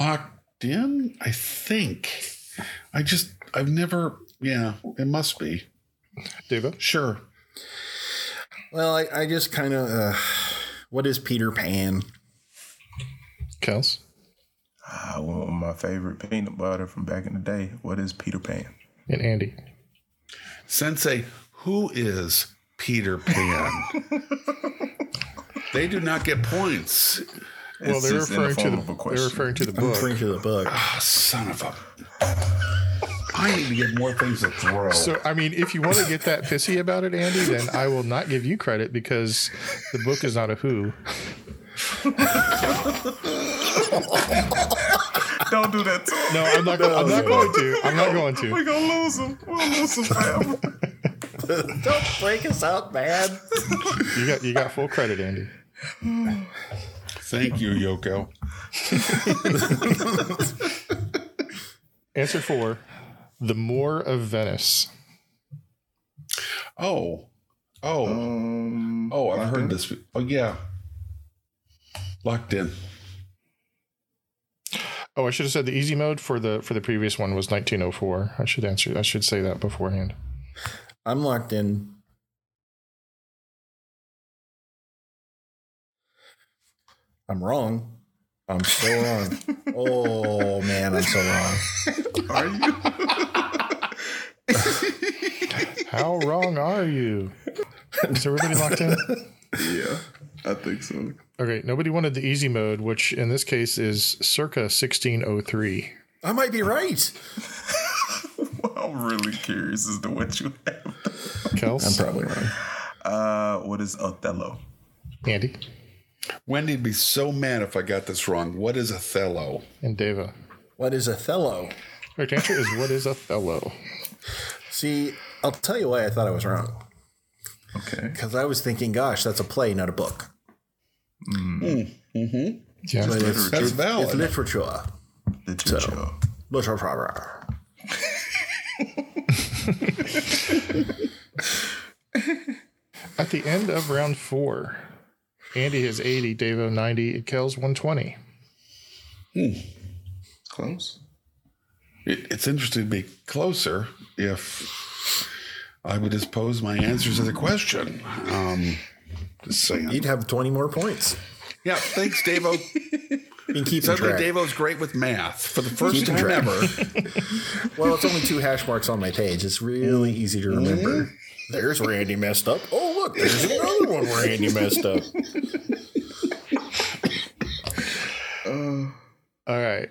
Speaker 5: locked in. I think. I just. I've never. Yeah, it must be.
Speaker 4: Devo,
Speaker 5: Sure.
Speaker 2: Well, I, I just kind of. Uh, what is Peter Pan?
Speaker 4: Kels,
Speaker 3: I want my favorite peanut butter from back in the day. What is Peter Pan?
Speaker 4: and Andy.
Speaker 5: Sensei, who is Peter Pan? they do not get points.
Speaker 4: Well, they're
Speaker 3: just in the
Speaker 4: referring to
Speaker 3: form
Speaker 4: the
Speaker 3: of a
Speaker 4: they're
Speaker 3: question.
Speaker 4: referring to the
Speaker 2: I'm referring
Speaker 4: book.
Speaker 2: to the book.
Speaker 5: Ah, son of a. I need to get more things to throw.
Speaker 4: So I mean, if you want to get that pissy about it, Andy, then I will not give you credit because the book is not a who.
Speaker 7: Don't do that
Speaker 3: [LAUGHS]
Speaker 7: to him.
Speaker 4: No, I'm not. I'm not going to. I'm not going
Speaker 7: We're going
Speaker 4: to.
Speaker 7: to lose him. We'll lose him forever.
Speaker 2: [LAUGHS] Don't break us up,
Speaker 7: [SIGHS]
Speaker 2: man.
Speaker 4: You got you got full credit, Andy.
Speaker 5: Thank you, Yoko. Oh [LAUGHS]
Speaker 4: Answer four: The Moor of Venice.
Speaker 5: Oh, oh,
Speaker 3: Um,
Speaker 5: oh! I've
Speaker 3: locked in?
Speaker 5: heard this. be- Oh yeah. Locked in.
Speaker 4: Oh, I should have said the easy mode for the for the previous one was 1904. I should answer. I should say that beforehand.
Speaker 2: I'm locked in. I'm wrong. I'm
Speaker 3: [LAUGHS]
Speaker 2: so wrong. oh man, I'm so wrong.
Speaker 3: Are you?
Speaker 4: How
Speaker 3: [LAUGHS]
Speaker 4: wrong are you? Is everybody locked in?
Speaker 3: yeah, I think so. [LAUGHS]
Speaker 4: Okay, nobody wanted the easy mode, which in this case is circa 1603.
Speaker 2: I might be right.
Speaker 3: I'm really curious as to what you have.
Speaker 4: Kels,
Speaker 2: Probably wrong.
Speaker 3: Uh, what is Othello?
Speaker 4: Andy,
Speaker 5: Wendy'd be so mad if I got this wrong. What is Othello?
Speaker 4: and Deva.
Speaker 2: What is Othello?
Speaker 4: Correct answer is what is Othello?
Speaker 2: See, I'll tell you why I thought I was wrong.
Speaker 3: Okay.
Speaker 2: Because I was thinking, gosh, that's a play, not a book.
Speaker 5: Hmm.
Speaker 4: Yeah,
Speaker 2: But it's,
Speaker 5: Mm-hmm. That's
Speaker 2: it's-
Speaker 5: valid.
Speaker 2: it's literature.
Speaker 3: The Churchill.
Speaker 2: Literature.
Speaker 4: At the end of round four, Andy has 80, Davo 90, and Kels 120.
Speaker 3: Close.
Speaker 5: Hmm. It, it's interesting to be closer if I would just pose my answers to the question. Um, just saying.
Speaker 2: You'd have 20 more points.
Speaker 5: Yeah, thanks,
Speaker 2: [LAUGHS]
Speaker 5: Davo.
Speaker 2: You can keep
Speaker 5: Suddenly,
Speaker 2: track.
Speaker 5: Davo's great with math for the first
Speaker 2: Keep
Speaker 5: time
Speaker 2: track.
Speaker 5: ever.
Speaker 2: Well, it's only two hash marks on my page. It's really easy to remember.
Speaker 5: Mm-hmm.
Speaker 2: There's where Andy messed up. Oh, look, there's another one where Andy messed up.
Speaker 4: All right.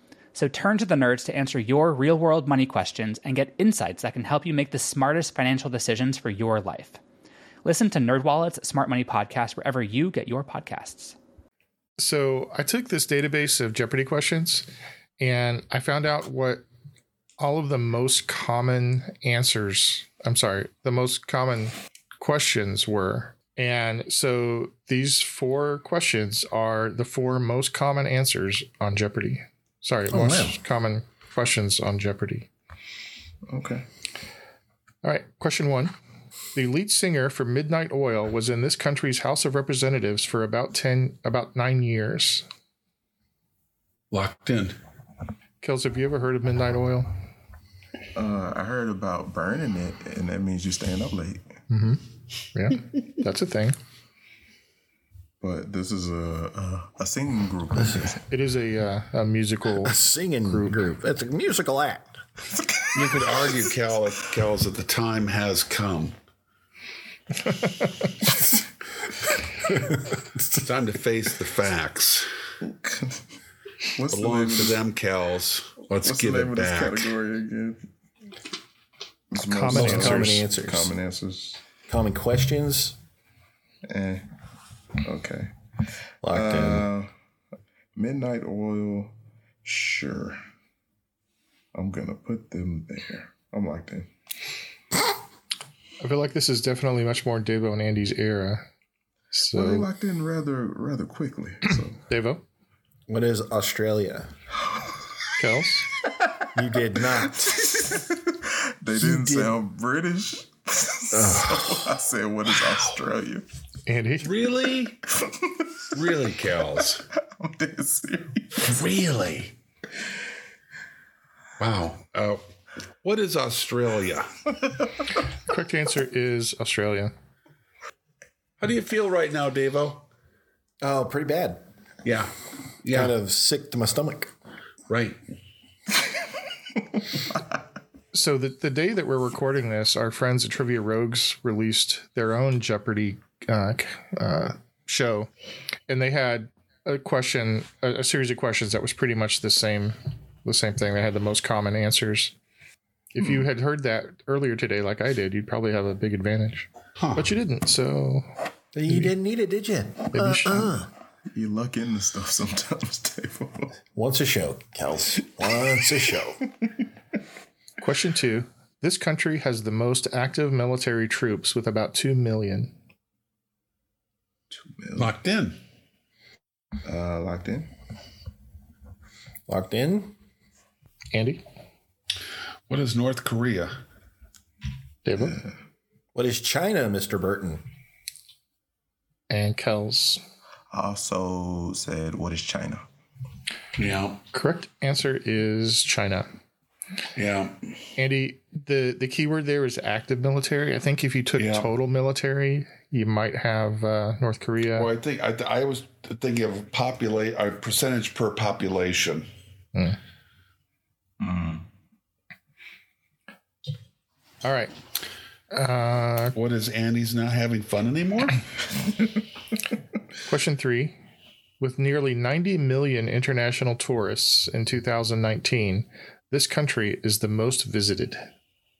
Speaker 9: So turn to the nerds to answer your real world money questions and get insights that can help you make the smartest financial decisions for your life. Listen to NerdWallet's Smart Money Podcast wherever you get your podcasts.
Speaker 4: So I took this database of Jeopardy questions and I found out what all of the most common answers, I'm sorry, the most common questions were. And so these four questions are the four most common answers on Jeopardy. Sorry,
Speaker 3: Oh,
Speaker 4: most
Speaker 3: wow.
Speaker 4: common questions on Jeopardy.
Speaker 3: Okay.
Speaker 4: All right, question one. The lead singer for Midnight Oil was in this country's House of Representatives for about ten, about nine years.
Speaker 3: Locked in.
Speaker 4: Kels, have you ever heard of Midnight Oil?
Speaker 3: Uh, I heard about burning it, and that means you staying up late.
Speaker 4: Mm-hmm. Yeah, that's a thing.
Speaker 3: But this is a a, a singing group.
Speaker 4: It is a uh, a musical
Speaker 3: a singing
Speaker 4: group.
Speaker 2: That's a musical act.
Speaker 5: You could argue, Cal, Cal's that the time has come. it's time to face the facts.
Speaker 3: What's the
Speaker 5: Belong
Speaker 3: name of
Speaker 5: to
Speaker 3: this-
Speaker 5: them, Cal's. Let's
Speaker 3: What's
Speaker 5: give
Speaker 3: the name
Speaker 5: it
Speaker 3: of this
Speaker 5: back.
Speaker 3: category again? It's
Speaker 4: Common
Speaker 3: most
Speaker 4: answers.
Speaker 2: Common answers.
Speaker 3: Common answers.
Speaker 2: Common questions.
Speaker 3: Eh. Okay.
Speaker 2: Locked in.
Speaker 3: Uh, Midnight Oil. Sure. I'm gonna put them there. I'm locked in.
Speaker 4: I feel like this is definitely much more Devo and Andy's era.
Speaker 3: well, they
Speaker 4: So
Speaker 3: locked in rather rather quickly. So
Speaker 4: Devo,
Speaker 2: What is Australia?
Speaker 4: Kels,
Speaker 2: You did not.
Speaker 3: they didn't sound British. [LAUGHS] so I said, "What is Australia?"
Speaker 4: Andy,
Speaker 5: Really?
Speaker 3: [LAUGHS]
Speaker 5: really, Cal's?
Speaker 3: I'm dead serious.
Speaker 5: Really? Wow. Uh, what is Australia?
Speaker 4: correct answer is Australia.
Speaker 5: How do you feel right now, Davo?
Speaker 2: Oh, pretty bad.
Speaker 5: Yeah. Yeah.
Speaker 2: Kind of sick to my stomach.
Speaker 5: Right.
Speaker 4: So the, the day that we're recording this, our friends at Trivia Rogues released their own Jeopardy uh, c- uh, show, and they had a question, a, a series of questions that was pretty much the same, the same thing. They had the most common answers. If
Speaker 5: Hmm.
Speaker 4: you had heard that earlier today, like I did, you'd probably have a big advantage. But you didn't, so
Speaker 2: You didn't need it, did you? Uh-uh.
Speaker 4: maybe you should.
Speaker 3: You luck into stuff sometimes, Davo.
Speaker 2: Once a show, Kels. Once a show.
Speaker 4: Question two. This country has the most active military troops with about 2 million.
Speaker 5: Locked in.
Speaker 3: Uh, locked in.
Speaker 2: Locked in.
Speaker 4: Andy?
Speaker 5: What is North Korea?
Speaker 4: David?
Speaker 2: What is China, Mr. Burton?
Speaker 4: And Kells.
Speaker 3: I also said, "What is China?"
Speaker 5: Yeah.
Speaker 4: Correct answer is China.
Speaker 5: Yeah.
Speaker 4: Andy, the, the keyword there is active military. I think if you took
Speaker 5: Yeah.
Speaker 4: total military, you might have uh, North Korea.
Speaker 5: Well, I think I, I was thinking of populate a percentage per population.
Speaker 2: Hmm.
Speaker 4: Mm.
Speaker 3: Hmm.
Speaker 4: All right. Uh,
Speaker 5: what is Andy's not having fun
Speaker 2: [COUGHS]
Speaker 5: anymore?
Speaker 4: Question three. With nearly 90 million international tourists in 2019, this country is the most visited.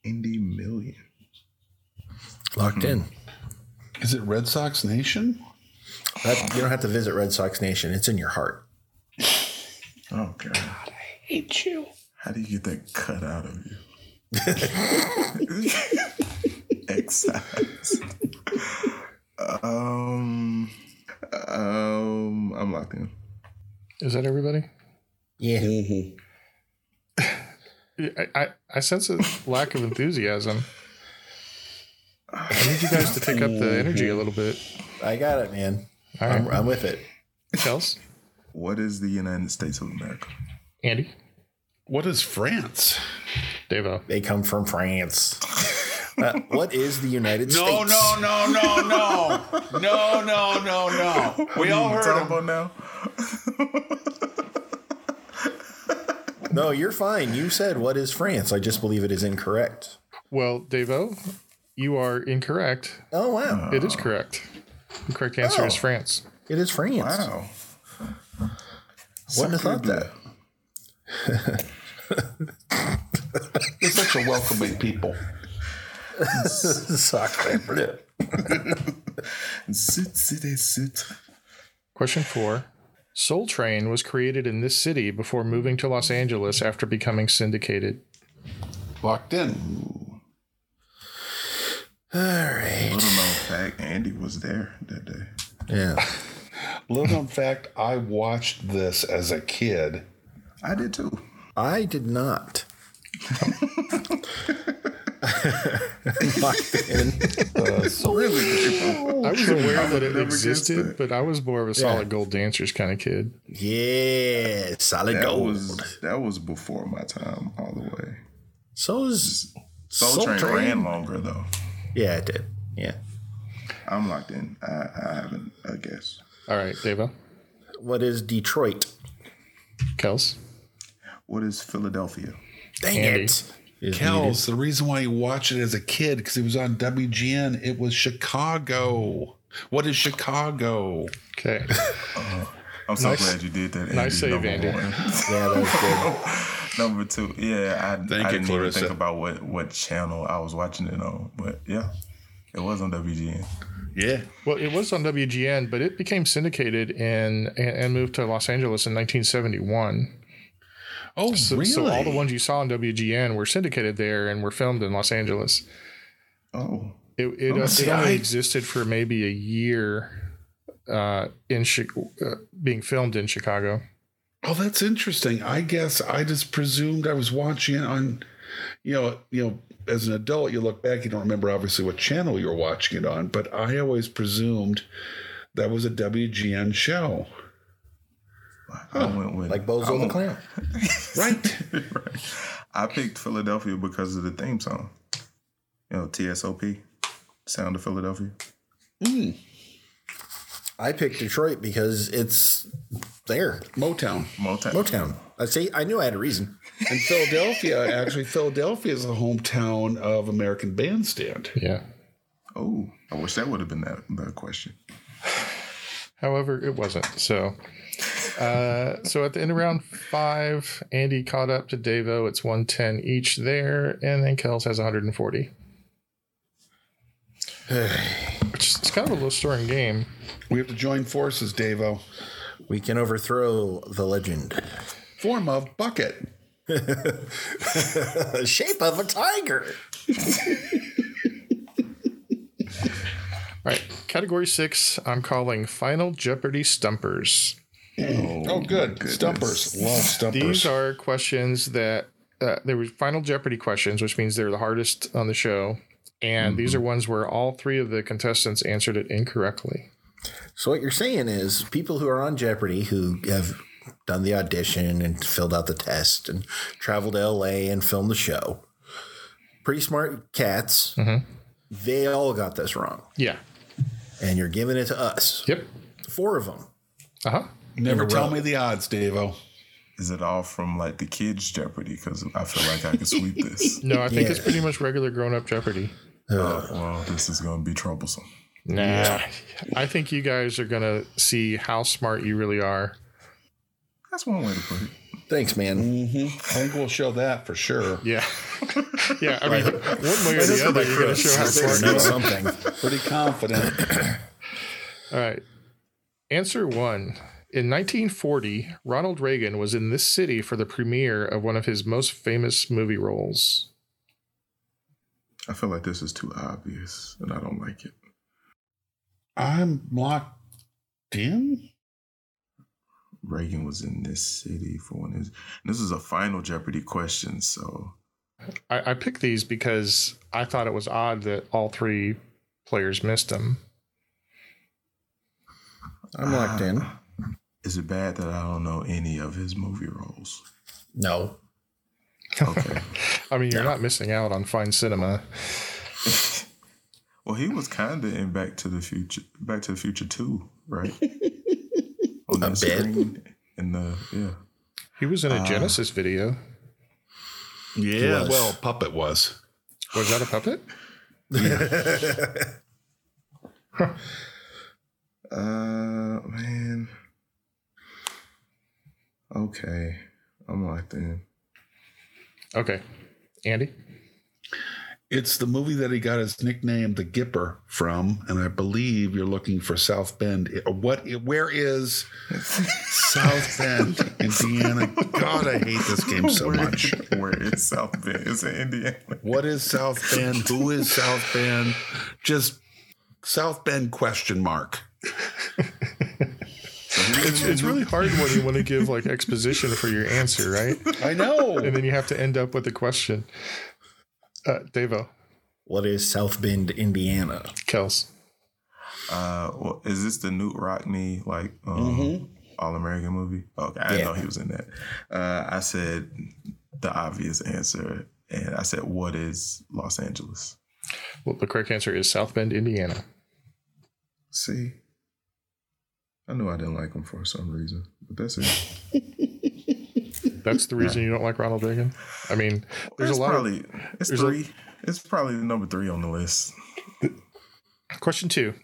Speaker 5: 90 million.
Speaker 3: Hmm.
Speaker 2: Locked in.
Speaker 5: Is it Red Sox Nation?
Speaker 2: That, you don't have to visit Red Sox Nation. It's in your heart.
Speaker 3: [SIGHS] Oh god. I hate you. How do you get that cut out of you?
Speaker 2: [LAUGHS]
Speaker 3: Excise. um, um, I'm locked in.
Speaker 4: Is that everybody?
Speaker 2: Yeah.
Speaker 4: I, I, I sense a lack of enthusiasm. I need you guys to pick up the energy a little bit.
Speaker 2: I got it, man.
Speaker 4: All
Speaker 2: I'm,
Speaker 4: right.
Speaker 2: I'm with it.
Speaker 4: Chels?
Speaker 3: What is the United States of America?
Speaker 4: Andy?
Speaker 5: What is France?
Speaker 4: Devo?
Speaker 2: They come from France. Uh, what is the United
Speaker 5: [LAUGHS] No,
Speaker 2: States?
Speaker 5: no, no, no, no, no, no, no,
Speaker 3: [LAUGHS]
Speaker 5: no. We all heard him.
Speaker 3: about now.
Speaker 2: no. you're fine. You said what is France? I just believe it is incorrect.
Speaker 4: Well, Devo, you are incorrect.
Speaker 2: Oh wow,
Speaker 4: It is correct. The correct answer is
Speaker 2: Oh.
Speaker 4: France.
Speaker 2: it is France.
Speaker 3: Wow.
Speaker 2: Wouldn't have
Speaker 3: Sucker
Speaker 2: thought that.
Speaker 3: [LAUGHS]
Speaker 5: They're such a welcoming people.
Speaker 2: Soccer.
Speaker 3: Sit,
Speaker 5: eh,
Speaker 3: sit, sit.
Speaker 4: Question four. Soul Train was created in this city before moving to Los Angeles after becoming syndicated.
Speaker 5: Locked in.
Speaker 2: All right.
Speaker 3: Little known fact, Andy was there that day.
Speaker 2: Yeah.
Speaker 5: [LAUGHS] Little known fact, I watched this as a kid.
Speaker 3: I did too.
Speaker 2: I did not. [LAUGHS] Locked in.
Speaker 4: Uh, I was aware that it
Speaker 3: never guessed
Speaker 4: existed,
Speaker 3: it.
Speaker 4: but I was more of a solid gold dancers kind of kid.
Speaker 2: Yeah, solid
Speaker 3: That
Speaker 2: gold.
Speaker 3: was that was before my time all the way.
Speaker 2: so is
Speaker 3: Soul, Train, ran longer though.
Speaker 2: Yeah, it did. Yeah.
Speaker 3: I'm locked in. I, I haven't I guess.
Speaker 4: All right, Devo,
Speaker 2: What is Detroit?
Speaker 4: Kels,
Speaker 3: What is Philadelphia?
Speaker 2: Dang
Speaker 4: Andy.
Speaker 2: it. Is
Speaker 5: Kels, the reason why he watched it as a kid, because he was on WGN, it was Chicago. What is Chicago?
Speaker 4: okay,
Speaker 3: I'm so
Speaker 4: Nice-
Speaker 3: glad you did that. Andy.
Speaker 4: nice save,
Speaker 3: Number
Speaker 4: Andy.
Speaker 3: one.
Speaker 2: [LAUGHS] Yeah, that was good.
Speaker 3: [LAUGHS] Number two. Yeah, I,
Speaker 5: Thank
Speaker 3: I
Speaker 5: you,
Speaker 3: didn't even
Speaker 5: Clarissa.
Speaker 3: think about what what channel I was watching it on, but yeah, it was on WGN.
Speaker 5: Yeah.
Speaker 4: Well, it was on WGN, but it became syndicated in and, and moved to Los Angeles in 1971.
Speaker 5: Oh,
Speaker 4: So,
Speaker 5: really?
Speaker 4: so all the ones you saw on WGN were syndicated there and were filmed in Los Angeles.
Speaker 3: Oh,
Speaker 4: It it, uh,
Speaker 3: Oh,
Speaker 4: it
Speaker 3: see,
Speaker 4: only
Speaker 3: I-
Speaker 4: existed for maybe a year, uh, in Chi- uh, being filmed in Chicago.
Speaker 5: [LAUGHS] Oh, that's interesting. I guess I just presumed I was watching it on, you know, you know, as an adult, you look back, you don't remember obviously what channel you're watching it on, but I always presumed that was a WGN show,
Speaker 3: I went with
Speaker 2: Like Bozo the Clown.
Speaker 5: right?
Speaker 3: [LAUGHS] Right. I picked Philadelphia because of the theme song. You know, TSOP, Sound of Philadelphia.
Speaker 5: Mm,
Speaker 2: I picked Detroit because it's there.
Speaker 5: Motown
Speaker 3: Motown.
Speaker 2: Motown. I see. I knew I had a reason.
Speaker 5: and Philadelphia. actually, Philadelphia is the hometown of American Bandstand.
Speaker 4: Yeah.
Speaker 3: Oh, I wish that would have been that the question.
Speaker 4: However, it wasn't. So, uh, so at the end of round five, Andy caught up to Davo. It's 110 each there, and then Kels has
Speaker 5: [SIGHS]
Speaker 4: 140. Which is it's kind of a low scoring game.
Speaker 5: We have to join forces, Davo.
Speaker 2: We can overthrow the legend. [LAUGHS]
Speaker 5: Form of bucket.
Speaker 2: Shape of a tiger.
Speaker 4: All right, category six. I'm calling Final Jeopardy Stumpers.
Speaker 5: Oh, good. Stumpers. Love stumpers.
Speaker 4: These are questions that uh, they were Final Jeopardy questions, which means they're the hardest on the show. And
Speaker 5: Mm-hmm.
Speaker 4: these are ones where all three of the contestants answered it incorrectly.
Speaker 2: So what you're saying is people who are on Jeopardy who have done the audition and filled out the test and traveled to LA and filmed the show.
Speaker 4: Mm-hmm.
Speaker 2: Pretty smart cats. They all got this wrong.
Speaker 4: Yeah.
Speaker 2: and you're giving it to us.
Speaker 4: Yep.
Speaker 2: Four of them.
Speaker 4: Uh huh.
Speaker 5: Never tell me the odds, Davo.
Speaker 3: Is it all from like the kids Jeopardy? Because I feel like I could sweep this.
Speaker 4: [LAUGHS] No, I think it's
Speaker 3: Yeah.
Speaker 4: pretty much regular grown up Jeopardy.
Speaker 3: Oh, well, this is going to be troublesome.
Speaker 4: Nah. [LAUGHS] I think you guys are going to see how smart you really are.
Speaker 3: That's one way to put it.
Speaker 2: Thanks, man.
Speaker 5: Mm-hmm. I think we'll show that for sure.
Speaker 4: Yeah. yeah. I mean, one way or the other, you're going to show how smart you
Speaker 5: Know
Speaker 4: are.
Speaker 5: something. Pretty confident.
Speaker 4: [LAUGHS]
Speaker 2: [CLEARS THROAT]
Speaker 4: All right. Answer one. In 1940, Ronald Reagan was in this city for the premiere of one of his most famous movie roles.
Speaker 3: I feel like this is too obvious, and I don't like it.
Speaker 5: I'm locked in.
Speaker 3: Reagan was in this city for one. of his- This is a final Jeopardy question, so
Speaker 4: I, I picked these because I thought it was odd that all three players missed them.
Speaker 2: I'm locked in.
Speaker 3: [SIGHS] Is it bad that I don't know any of his movie roles?
Speaker 2: No.
Speaker 3: Okay.
Speaker 4: [LAUGHS] I mean, you're not missing out on fine cinema.
Speaker 3: [LAUGHS] well, he was kind of in Back to the Future, Back to the Future Two,
Speaker 2: [LAUGHS]
Speaker 3: right? On
Speaker 2: A
Speaker 3: that
Speaker 2: bit.
Speaker 3: screen in the yeah.
Speaker 4: He was in a
Speaker 3: Ah.
Speaker 4: Genesis video.
Speaker 5: Yeah,
Speaker 3: was.
Speaker 5: well, puppet
Speaker 2: [LAUGHS]
Speaker 5: was. [LAUGHS]
Speaker 4: Was that a puppet?
Speaker 3: Uh, man. Okay, I'm locked in.
Speaker 4: Okay. Andy?
Speaker 5: It's the movie that he got his nickname, The Gipper, from, and I believe you're looking for South Bend. It- What? Where
Speaker 3: [LAUGHS]
Speaker 5: is South Bend, Indiana? God, I hate this game so
Speaker 3: Where-
Speaker 5: much.
Speaker 3: Where is South Bend? Is it Indiana?
Speaker 5: What is South Bend? Who is South Bend? Just South Bend question mark.
Speaker 4: It's,
Speaker 2: Mm-hmm.
Speaker 4: it's really hard when you want to give like exposition for your answer, right?
Speaker 5: I know.
Speaker 4: And then you have to end up with a question. Uh, Devo,
Speaker 2: What is South Bend, Indiana?
Speaker 4: Kels.
Speaker 3: Uh, well, is this the Newt Rockney like um,
Speaker 4: Mm-hmm.
Speaker 3: All American movie? Okay, I didn't
Speaker 2: Yeah.
Speaker 3: know he was in that. Uh, I said the obvious answer, and I said, "What is Los Angeles?"
Speaker 4: Well, the correct answer is South Bend, Indiana.
Speaker 3: See, I knew I didn't like him for some reason, but that's it.
Speaker 4: That's the reason you don't like Ronald Reagan. I mean, there's
Speaker 3: it's
Speaker 4: a lot.
Speaker 3: probably
Speaker 4: Of,
Speaker 3: it's
Speaker 4: there's a-
Speaker 3: three. it's probably the number three on the list.
Speaker 4: question two.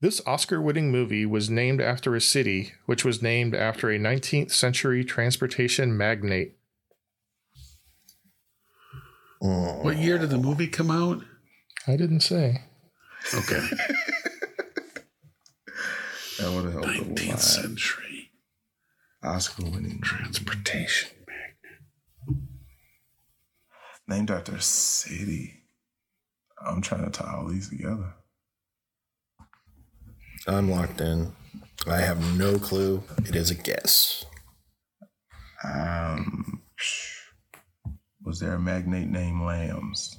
Speaker 4: This Oscar-winning movie was named after a city, which was named after a 19th century transportation magnate.
Speaker 3: Oh.
Speaker 5: What year did the movie come out?
Speaker 4: I
Speaker 5: [LAUGHS]
Speaker 4: didn't say.
Speaker 5: Okay,
Speaker 3: [LAUGHS] That would have helped a
Speaker 5: 19th
Speaker 3: lot.
Speaker 5: century
Speaker 3: Oscar winning
Speaker 5: transportation.
Speaker 3: named after a city. I'm trying to tie all these together.
Speaker 2: I'm locked in. I have no clue. It is a guess.
Speaker 3: Um, was there a magnate named Lambs?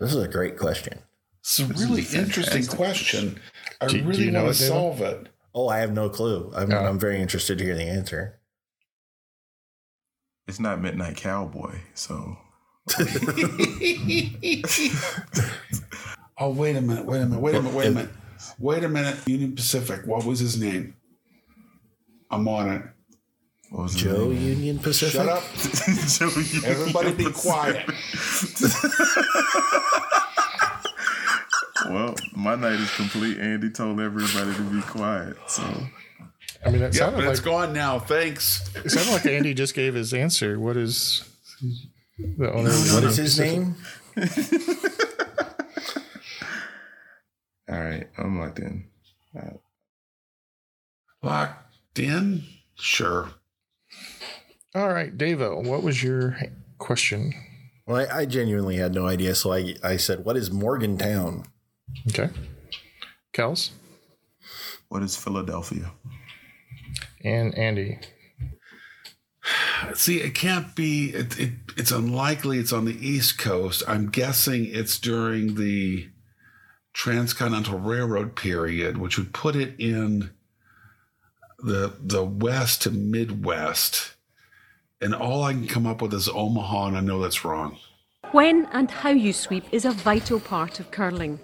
Speaker 2: This is a great question.
Speaker 5: It's a really interesting question. I
Speaker 4: Do- do
Speaker 5: really
Speaker 4: you know
Speaker 5: want
Speaker 4: it,
Speaker 5: to
Speaker 4: David?
Speaker 5: solve it.
Speaker 2: Oh, I have no clue. I'm, I'm very interested to hear the answer.
Speaker 3: It's not Midnight Cowboy, so
Speaker 2: [LAUGHS]
Speaker 5: Oh, wait a minute. Wait a minute. Wait a minute. Wait a
Speaker 2: It-
Speaker 5: minute. Wait a minute. Union Pacific. What was his name? I'm on it.
Speaker 3: what was his
Speaker 2: Joe
Speaker 3: name?
Speaker 2: Union Pacific.
Speaker 5: Oh, Shut up.
Speaker 3: [LAUGHS] Joe Union
Speaker 5: Everybody be
Speaker 3: Pacific.
Speaker 5: [LAUGHS] quiet.
Speaker 3: Well, my night is complete. Andy told everybody to be quiet, so
Speaker 4: I mean, it
Speaker 5: Yeah,
Speaker 4: sounded
Speaker 5: but it's
Speaker 4: like
Speaker 5: gone now. Thanks.
Speaker 4: it sounded like
Speaker 2: [LAUGHS]
Speaker 4: Andy just gave his answer. What is the owner? of
Speaker 2: What
Speaker 4: the
Speaker 2: is his name?
Speaker 3: all right, I'm locked in.
Speaker 5: Locked in? Sure.
Speaker 4: All right, Devo, what was your question?
Speaker 2: Well, I, I genuinely had no idea, so I, I said, "What is Morgantown?"
Speaker 4: Okay. Kels
Speaker 3: What is Philadelphia?
Speaker 4: and Andy.
Speaker 5: See, it can't be. It, it, it's unlikely it's on the East Coast. I'm guessing it's during the Transcontinental Railroad period, which would put it in the the West to Midwest. and all I can come up with is Omaha, and I know that's wrong.
Speaker 10: [LAUGHS] When and how you sweep is a vital part of curling.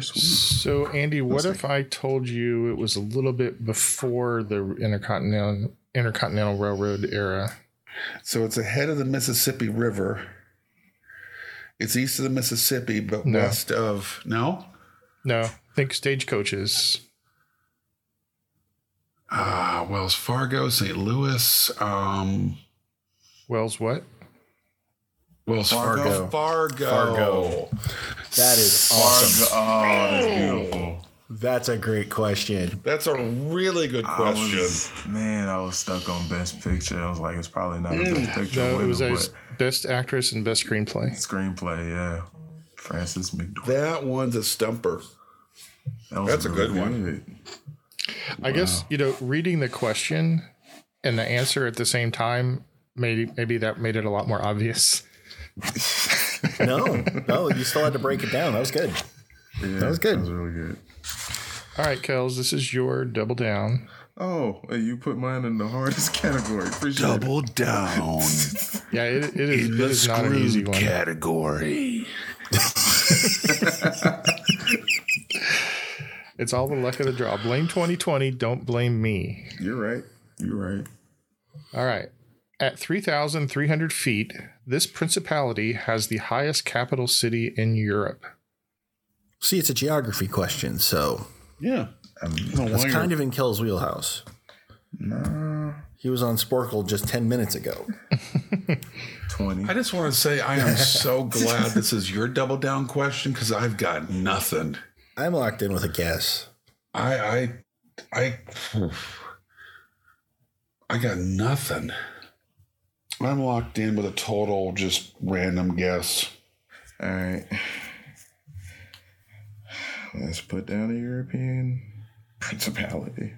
Speaker 4: So, Andy, what if I told you it was a little bit before the intercontinental intercontinental railroad era?
Speaker 5: So it's ahead of the Mississippi River. It's east of the Mississippi, but
Speaker 4: No.
Speaker 5: west of no.
Speaker 4: No, think stagecoaches.
Speaker 5: Ah, Wells Fargo, St. Louis. Um,
Speaker 4: Wells what?
Speaker 5: Wells Fargo. Fargo.
Speaker 2: Fargo. That is awesome.
Speaker 3: oh,
Speaker 2: That's a great question.
Speaker 5: That's a really good
Speaker 3: I was, man, I was stuck on Best Picture. I was like, it's probably not a Best Picture.
Speaker 4: No, it
Speaker 3: winner,
Speaker 4: Mm. was a
Speaker 3: but
Speaker 4: best actress and best screenplay.
Speaker 3: screenplay, yeah. Francis McDormand.
Speaker 5: That one's a stumper.
Speaker 3: That was
Speaker 5: That's a
Speaker 3: really
Speaker 5: good one.
Speaker 4: I guess you know reading the question and the answer at the same time maybe maybe that made it a lot more obvious.
Speaker 2: No, no, you still had to break it down. That was good. that was good.
Speaker 3: That was really good.
Speaker 4: All right, Kels, this is your double down.
Speaker 3: Oh, hey, you put mine in the hardest [LAUGHS] category. Appreciate it.
Speaker 4: Double
Speaker 5: down.
Speaker 4: [LAUGHS] Yeah, it, it is.
Speaker 3: In
Speaker 4: It
Speaker 3: the
Speaker 4: is not an
Speaker 3: screw
Speaker 4: easy one.
Speaker 3: category.
Speaker 4: it's all the luck of the draw. Blame 2020. Don't blame me.
Speaker 3: You're right. You're right.
Speaker 4: All right. At 3,300 feet, this principality has the highest capital city in Europe.
Speaker 2: See, it's a geography question, so
Speaker 5: yeah,
Speaker 2: that's kind of in Kell's wheelhouse. No, he was on Sporkle just ten minutes
Speaker 3: [LAUGHS]
Speaker 2: ago.
Speaker 3: 20.
Speaker 5: I just want to say I am so [LAUGHS] glad this is your double down question because I've got nothing.
Speaker 2: I'm locked in with a guess.
Speaker 5: I I I I got nothing. I'm locked in with a total just random guess.
Speaker 3: All right. Let's put down a European principality.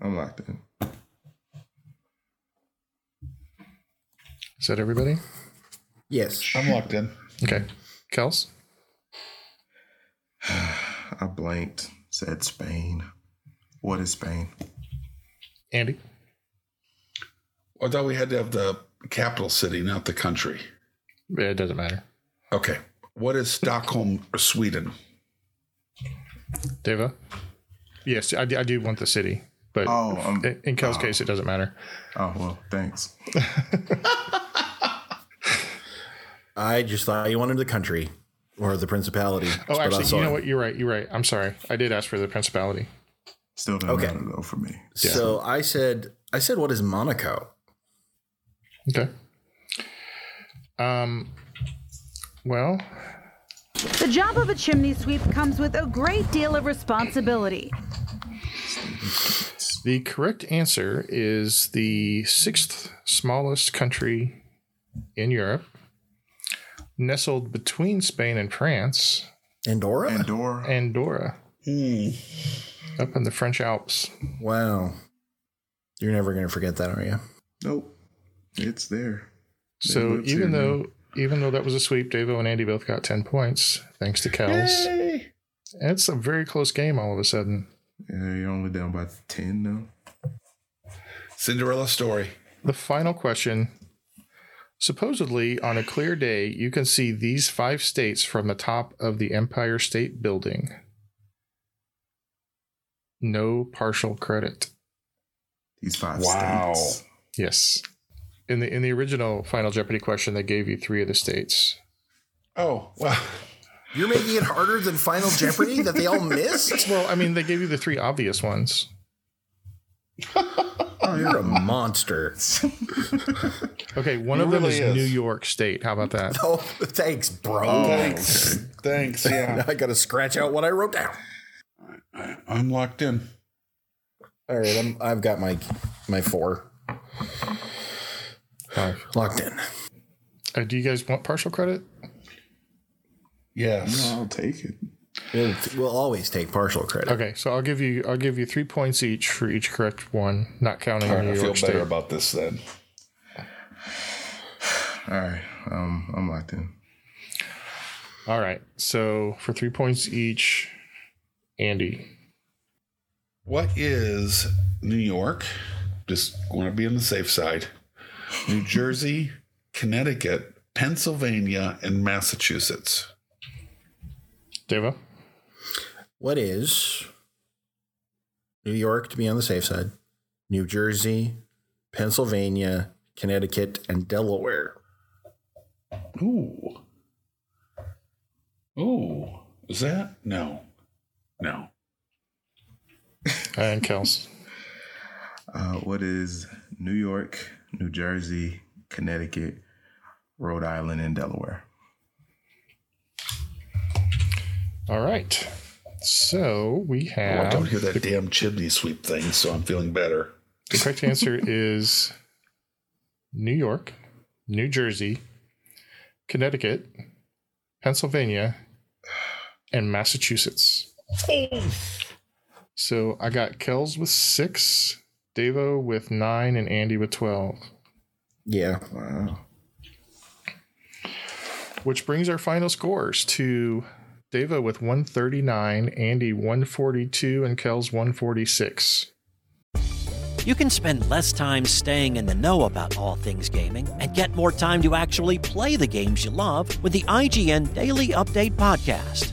Speaker 3: I'm locked in.
Speaker 4: Is that everybody?
Speaker 2: Yes.
Speaker 5: I'm locked in.
Speaker 4: Okay. Kels?
Speaker 3: [SIGHS] I blanked. Said Spain. What is Spain?
Speaker 4: Andy?
Speaker 5: I thought we had to have the capital city, not the country.
Speaker 4: It doesn't matter.
Speaker 5: Okay. What is Stockholm or Sweden?
Speaker 4: Deva? Yes, I, do- I do want the city, but
Speaker 3: Oh, um,
Speaker 4: in, in Kels'
Speaker 3: oh.
Speaker 4: case, it doesn't matter.
Speaker 3: Oh, well, thanks.
Speaker 2: [LAUGHS] I just thought you wanted the country or the principality.
Speaker 4: Oh,
Speaker 2: but I
Speaker 4: actually,
Speaker 2: saw
Speaker 4: you know
Speaker 2: it.
Speaker 4: what? You're right. You're right. I'm sorry. I did ask for the principality.
Speaker 3: Still doesn't
Speaker 2: Okay.
Speaker 3: matter though for me.
Speaker 2: So I said, I said, what is Monaco?
Speaker 4: Okay. Um. Well,
Speaker 11: The job of a chimney sweep comes with a great deal of responsibility.
Speaker 4: the correct answer is the sixth smallest country in Europe, nestled between Spain and France.
Speaker 2: Andorra. Hmm.
Speaker 3: Andorra.
Speaker 4: Andorra. Up in the French Alps.
Speaker 2: Wow. You're never going to forget that, are you?
Speaker 3: Nope. It's there. It
Speaker 4: So
Speaker 3: lives here
Speaker 4: even
Speaker 3: now.
Speaker 4: though even though that was a sweep, Davo and Andy both got ten points thanks to Kels. It's a very close game. All of a sudden,
Speaker 3: yeah, you're only down by ten now.
Speaker 5: Cinderella story.
Speaker 4: The final question. Supposedly, on a clear day, you can see these five states from the top of the Empire State Building. No partial credit.
Speaker 3: These five
Speaker 4: Wow.
Speaker 3: states.
Speaker 4: Yes. In the in the original Final Jeopardy question, they gave you three of the states.
Speaker 5: Oh, well.
Speaker 2: You're making it harder than Final Jeopardy that they all missed?
Speaker 4: [LAUGHS] Well, I mean, they gave you the three obvious ones.
Speaker 2: Oh, you're a monster.
Speaker 4: Okay, [LAUGHS] one
Speaker 2: It
Speaker 4: of them
Speaker 2: really
Speaker 4: is,
Speaker 2: is.
Speaker 4: New York State. How about that?
Speaker 2: Oh, thanks, bro.
Speaker 5: Oh, Thanks. Thanks. Yeah.
Speaker 2: [LAUGHS] I got to scratch out what I wrote down.
Speaker 5: I'm locked in.
Speaker 2: All right, I'm, I've got my my four
Speaker 4: Five.
Speaker 2: locked in.
Speaker 4: Uh, do you guys want partial credit?
Speaker 5: Yes.
Speaker 3: No, I'll take it.
Speaker 2: We'll, we'll always take partial credit.
Speaker 4: Okay, so I'll give you I'll give you three points each for each correct one, not counting
Speaker 5: All right,
Speaker 4: New
Speaker 5: I
Speaker 4: York
Speaker 5: feel
Speaker 4: State.
Speaker 5: better about this then.
Speaker 3: [SIGHS] All right. Um, I'm locked in.
Speaker 4: All right. So for three points each, Andy.
Speaker 5: What is New York? Just want to be on the safe side. New Jersey, Connecticut, Pennsylvania, and Massachusetts.
Speaker 4: Devo?
Speaker 2: What is New York to be on the safe side? New Jersey, Pennsylvania, Connecticut, and Delaware.
Speaker 5: Ooh. Ooh. Is that? No. No.
Speaker 4: And Kels.
Speaker 3: [LAUGHS] Uh, what is New York, New Jersey, Connecticut, Rhode Island, and Delaware?
Speaker 4: All right. So we
Speaker 5: Oh, I
Speaker 4: have.
Speaker 5: don't hear that damn chimney sweep thing, so I'm feeling better.
Speaker 4: The correct answer is New York, New Jersey, Connecticut, Pennsylvania, and Massachusetts. So I got Kells with six, Davo with nine, and Andy with 12.
Speaker 2: Yeah.
Speaker 3: Wow.
Speaker 4: Which brings our final scores to Davo with 139, Andy 142, and Kells 146.
Speaker 12: You can spend less time staying in the know about all things gaming and get more time to actually play the games you love with the IGN Daily Update podcast.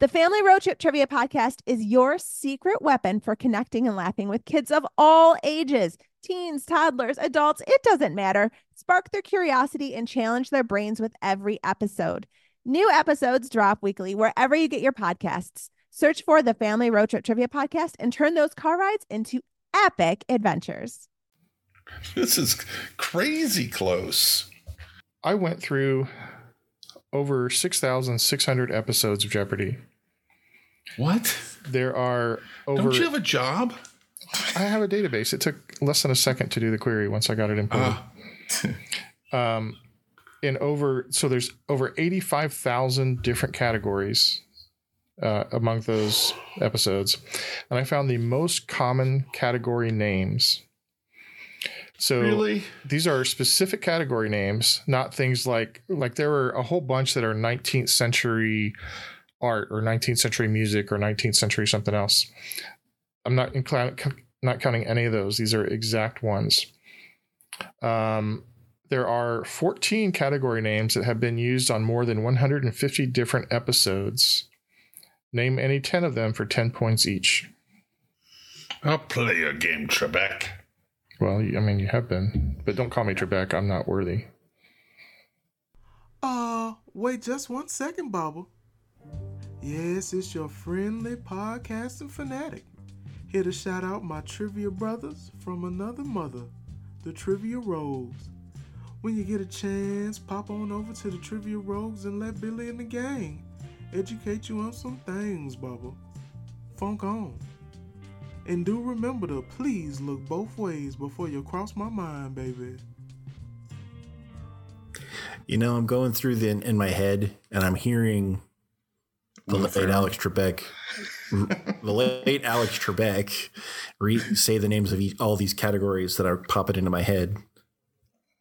Speaker 13: The Family Road Trip Trivia Podcast is your secret weapon for connecting and laughing with kids of all ages teens, toddlers, adults, it doesn't matter. Spark their curiosity and challenge their brains with every episode. New episodes drop weekly wherever you get your podcasts. Search for the Family Road Trip Trivia Podcast and turn those car rides into epic adventures.
Speaker 5: [LAUGHS] This is crazy close.
Speaker 4: I went through over 6,600 episodes of Jeopardy.
Speaker 5: What?
Speaker 4: There are over.
Speaker 5: Don't you have a job?
Speaker 4: I have a database. It took less than a second to do the query once I got
Speaker 5: Ah.
Speaker 4: it input. um, in over so there's over eighty five thousand different categories uh, among those episodes, and I found the most common category names. So
Speaker 5: Really?
Speaker 4: these are specific category names, not things like like there were a whole bunch that are 19th century art or 19th century music or 19th century something else. I'm not inclined, not counting any of those. These are exact ones. Um, there are 14 category names that have been used on more than 150 different episodes. Name any 10 of them for 10 points each.
Speaker 5: I'll play your game, Trebek.
Speaker 4: Well, you- I mean, you have been, but don't call me Trebek. I'm not worthy.
Speaker 8: Uh, wait just one second, Bubba. Yes, it's your friendly podcasting fanatic. Here to shout out my trivia brothers from another mother, the Trivia Rogues. When you get a chance, pop on over to the Trivia Rogues and let Billy and the gang educate you on some things, Bubba. Funk on. And do remember to please look both ways before you cross my mind, baby.
Speaker 2: You know, I'm going through the in my head, and I'm hearing the late Alex Trebek, the late Alex Trebek, re- say the names of each, all these categories that are popping into my head.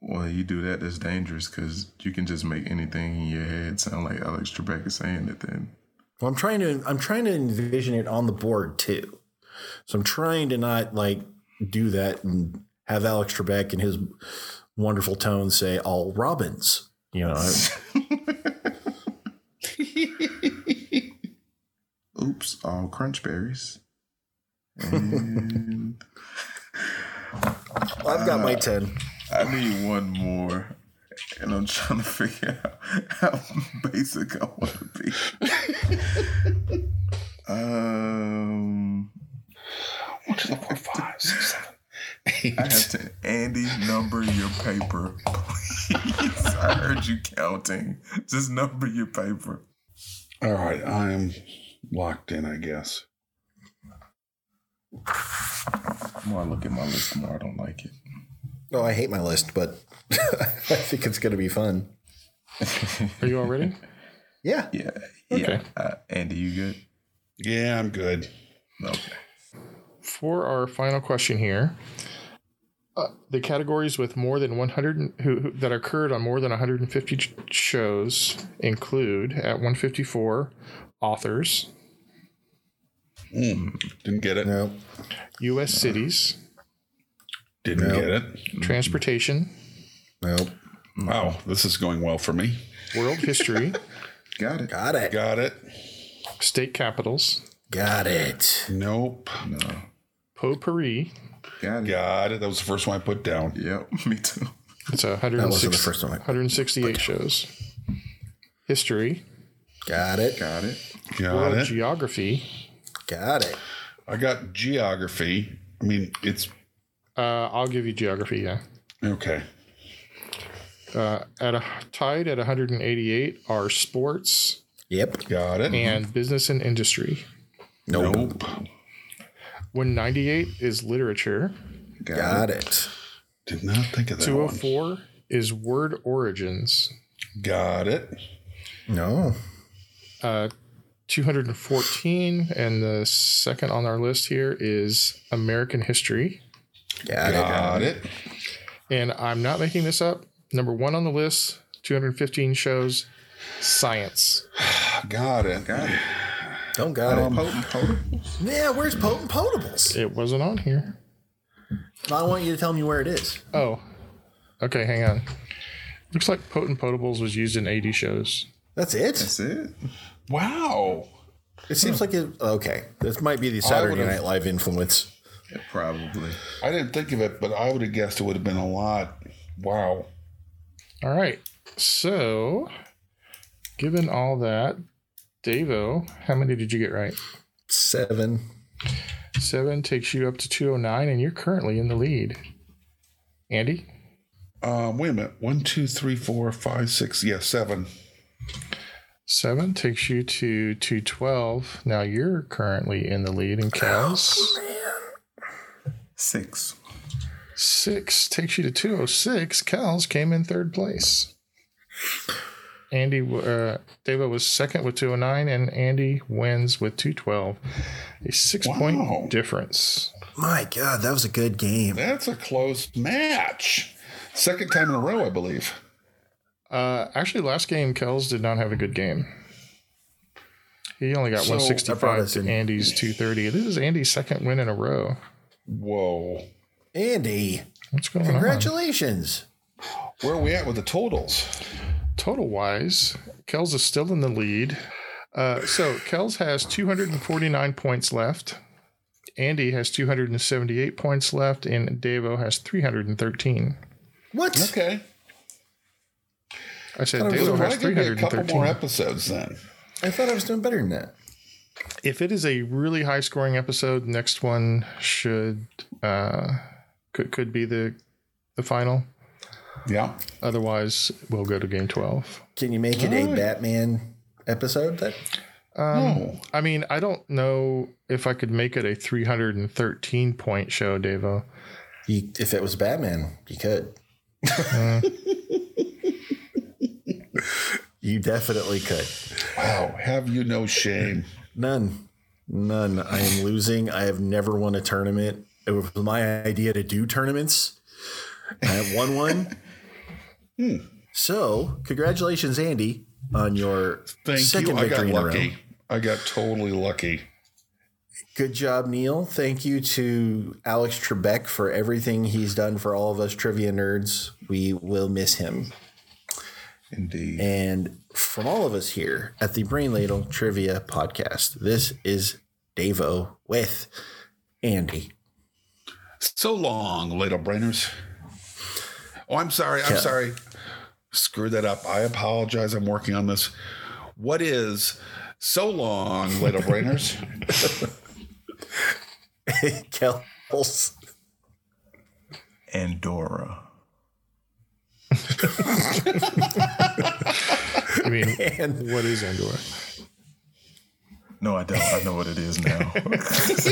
Speaker 3: Well, you do that, that's dangerous because you can just make anything in your head sound like Alex Trebek is saying it then.
Speaker 2: Well, I'm trying to I'm trying to envision it on the board too, so I'm trying to not like do that and have Alex Trebek in his wonderful tone say all Robins. You know,
Speaker 3: [LAUGHS] Oops, all crunch berries. And Uh,
Speaker 2: I've got my 10.
Speaker 3: I need one more. and I'm trying to figure out how basic I want to be.
Speaker 2: [LAUGHS]
Speaker 3: um, one, two, three, four, five, six, seven, eight. I have to Andy number your paper, please. [LAUGHS] I heard you counting. Just number your paper.
Speaker 5: All right, I am locked in, I guess.
Speaker 3: The more I look at my list, the more I don't like it.
Speaker 2: Oh, I hate my list, but [LAUGHS] I think it's going to be fun.
Speaker 4: Are you all ready?
Speaker 2: Yeah.
Speaker 3: Yeah. Yeah.
Speaker 4: Okay.
Speaker 3: Uh, Andy, you good?
Speaker 5: Yeah, I'm good.
Speaker 3: Okay.
Speaker 4: For our final question here, uh, the categories with more than 100 and- who, who, that occurred on more than 150 ch- shows include at 154 authors, Hmm.
Speaker 5: didn't get it.
Speaker 2: No.
Speaker 4: U.S. cities,
Speaker 5: Didn't
Speaker 4: Nope.
Speaker 5: get it.
Speaker 4: transportation,
Speaker 2: Nope.
Speaker 5: Wow, this is going well for me.
Speaker 2: [LAUGHS]
Speaker 4: world history,
Speaker 3: Got it.
Speaker 2: Got it.
Speaker 5: Got it.
Speaker 4: state capitals,
Speaker 2: Got it.
Speaker 5: Nope.
Speaker 3: No.
Speaker 4: potpourri.
Speaker 3: Got it.
Speaker 5: Got it. That was the first one I put down.
Speaker 3: Yep. Me too.
Speaker 4: It's a
Speaker 2: That wasn't the
Speaker 4: 160,
Speaker 2: first one. I-
Speaker 4: 168 shows. History,
Speaker 2: Got it.
Speaker 3: Got it.
Speaker 5: Got
Speaker 4: world
Speaker 5: it.
Speaker 4: geography,
Speaker 2: Got it.
Speaker 5: I got geography. I mean, it's
Speaker 4: Uh, I'll give you geography. Yeah.
Speaker 5: okay.
Speaker 4: Uh, at a tied at 188 are sports
Speaker 2: Yep.
Speaker 5: Got it.
Speaker 4: and business and industry.
Speaker 2: Nope.
Speaker 5: nope.
Speaker 4: 198 is literature.
Speaker 2: Got, it.
Speaker 5: Did not think of that. One.
Speaker 4: 204 is word origins.
Speaker 5: Got it.
Speaker 2: No.
Speaker 4: Uh, 214 and the second on our list here is American history.
Speaker 2: Got it.
Speaker 5: Got it.
Speaker 4: And I'm not making this up. Number one on the list, 215 shows science.
Speaker 2: [SIGHS]
Speaker 5: Got it.
Speaker 3: Got it. Um,
Speaker 2: Don't got it.
Speaker 3: Potent potables.
Speaker 2: Yeah, where's potent potables?
Speaker 4: It wasn't on here.
Speaker 2: I want you to tell me where it is.
Speaker 4: Oh, okay. Hang on. Looks like potent potables was used in 80 shows.
Speaker 2: That's it.
Speaker 3: That's it.
Speaker 5: Wow.
Speaker 2: It seems like it. Okay, this might be the Saturday
Speaker 5: would've-
Speaker 2: Night Live influence.
Speaker 3: Yeah, probably.
Speaker 5: I didn't think of it, but I would have guessed it would have been a lot. Wow.
Speaker 4: All right. So, given all that, Davo, how many did you get right?
Speaker 2: Seven.
Speaker 4: Seven takes you up to 209, and you're currently in the lead. Andy?
Speaker 5: Um, wait a minute. One, two, three, four, five, six. Yeah, seven.
Speaker 4: Seven takes you to 212. Now you're currently in the lead in cows.
Speaker 3: Six.
Speaker 4: Six takes you to 206. Cal's came in third place. Andy, uh, Davo was second with 209, and Andy wins with 212. A six
Speaker 5: Wow.
Speaker 4: point difference.
Speaker 2: My God, that was a good game.
Speaker 5: That's a close match. Second time in a row, I believe.
Speaker 4: Uh, actually, last game, Kells did not have a good game. He only got
Speaker 5: So,
Speaker 2: that brought
Speaker 4: 165
Speaker 2: us in.
Speaker 4: to Andy's 230. This is Andy's second win in a row.
Speaker 5: Whoa.
Speaker 2: Andy,
Speaker 4: What's going on?
Speaker 2: congratulations.
Speaker 5: Where are we at with the totals?
Speaker 4: Total wise, Kells is still in the lead. Uh, so Kells has 249 points left. Andy has 278 points left, and Davo has 313.
Speaker 2: What?
Speaker 5: Okay.
Speaker 4: I said
Speaker 2: Thought it was
Speaker 4: Davo
Speaker 2: a
Speaker 5: Why
Speaker 4: has
Speaker 5: don't give me a couple more
Speaker 4: 313.
Speaker 5: episodes then?
Speaker 2: I thought I was doing better than that.
Speaker 4: If it is a really high scoring episode, next one should uh, could could be the the final.
Speaker 5: Yeah.
Speaker 4: Otherwise, we'll go to game 12.
Speaker 2: Can you make it a
Speaker 5: Alright.
Speaker 2: Batman episode? That
Speaker 4: Um,
Speaker 5: No.
Speaker 4: I mean, I don't know if I could make it a 313 point show, Devo.
Speaker 2: you, if it was Batman, you could.
Speaker 5: Uh.
Speaker 2: [LAUGHS] you definitely could.
Speaker 5: Wow. Have you no shame?
Speaker 2: None. None. I am losing. I have never won a tournament. It was my idea to do tournaments. I have won one.
Speaker 5: Hmm.
Speaker 2: So, congratulations, Andy, on your
Speaker 5: Thank you.
Speaker 2: second
Speaker 5: I got
Speaker 2: victory in a row.
Speaker 5: lucky. I got totally lucky.
Speaker 2: Good job, Neil. Thank you to Alex Trebek for everything he's done for all of us trivia nerds. We will miss him.
Speaker 3: Indeed.
Speaker 2: And from all of us here at the Brain Ladle Trivia Podcast, this is Davo with Andy.
Speaker 5: So long, little brainers. Oh, I'm sorry. I'm
Speaker 2: Yeah.
Speaker 5: sorry. screwed that up. I apologize. I'm working on this. What is so long, little
Speaker 2: [LAUGHS]
Speaker 5: brainers?
Speaker 2: [LAUGHS] Kels.
Speaker 3: Andorra.
Speaker 4: I mean, what is Andorra?
Speaker 3: No, I don't. I know what it is
Speaker 4: [LAUGHS]
Speaker 3: now.
Speaker 4: it's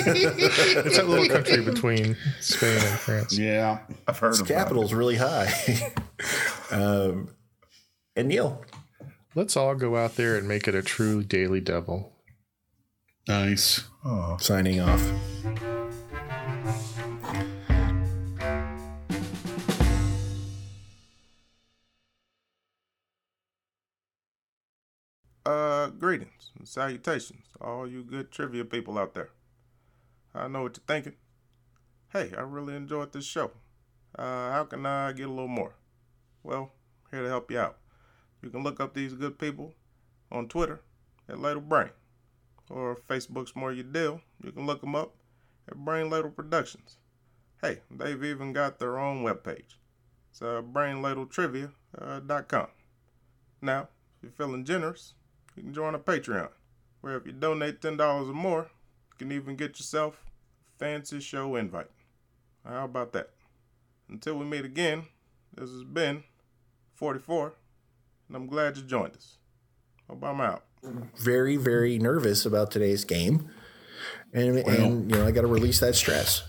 Speaker 4: that
Speaker 2: [LAUGHS]
Speaker 4: little country between Spain and France.
Speaker 5: Yeah,
Speaker 3: I've heard
Speaker 2: Its
Speaker 3: of
Speaker 2: capital's really high. [LAUGHS] um, and Neil,
Speaker 4: Let's all go out there and make it a true daily devil.
Speaker 5: Nice.
Speaker 3: Oh.
Speaker 2: signing off.
Speaker 8: Uh, greetings and salutations, to all you good trivia people out there. I know what you're thinking. Hey, I really enjoyed this show. Uh, how can I get a little more? Well, here to help you out. You can look up these good people on Twitter at Ladle Brain, or Facebook's More Your Deal. You can look them up at Brain Ladle Productions. Hey, they've even got their own webpage. It's uh, brainladletrivia.com. Now, if you're feeling generous, you can join a Patreon, where if you donate ten dollars or more, you can even get yourself a fancy show invite. How about that? Until we meet again, this has been 44, and I'm glad you joined us. Hope I'm out.
Speaker 2: Very, very nervous about today's game. And, and you know, I got to release that stress.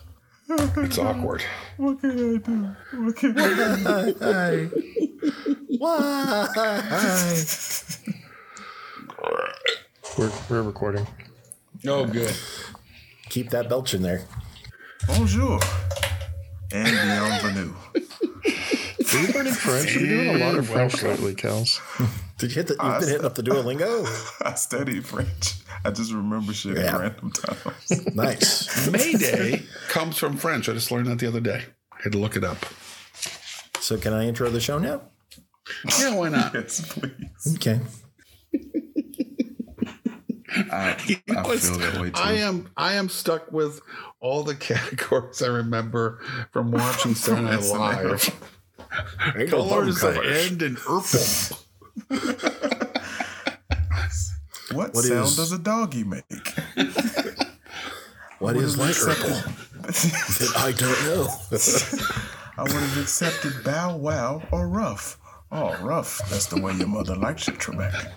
Speaker 5: It's awkward.
Speaker 3: What can I do? What can
Speaker 2: I do? [LAUGHS] Why?
Speaker 4: We're, we're recording.
Speaker 5: Oh, good.
Speaker 2: Keep that belch in there.
Speaker 3: Bonjour. And bienvenue. [LAUGHS]
Speaker 4: Are you learning French? You're doing a lot of French
Speaker 3: Welcome.
Speaker 4: lately, Kels.
Speaker 2: Did you hit the? You've
Speaker 3: I
Speaker 2: been hitting
Speaker 3: st-
Speaker 2: up the
Speaker 3: [LAUGHS]
Speaker 2: Duolingo.
Speaker 3: I studied French. I just remember shit
Speaker 2: Yeah.
Speaker 3: at random times.
Speaker 2: nice.
Speaker 5: Mayday comes from French. I just learned that the other day. I had to look it up.
Speaker 2: So can I intro the show now?
Speaker 5: Yeah,
Speaker 3: [LAUGHS]
Speaker 5: why not?
Speaker 3: yes, please.
Speaker 2: Okay.
Speaker 3: I, I feel that way too.
Speaker 5: I am I am stuck with all the [LAUGHS] categories I remember from
Speaker 3: [LAUGHS]
Speaker 5: watching Saturday Night
Speaker 3: SNL. [LAUGHS]
Speaker 5: Live.
Speaker 2: Ain't no
Speaker 5: Colors
Speaker 2: bone
Speaker 5: of
Speaker 2: colors.
Speaker 5: end and
Speaker 3: er,
Speaker 5: purple.
Speaker 3: What,
Speaker 2: What
Speaker 3: sound
Speaker 2: is-
Speaker 3: does a doggy make?
Speaker 2: [LAUGHS] what is light purple?
Speaker 3: purple?
Speaker 2: that I don't know.
Speaker 3: [LAUGHS] I would have accepted bow wow or rough. Oh, rough. That's the way your mother likes it, Trebek.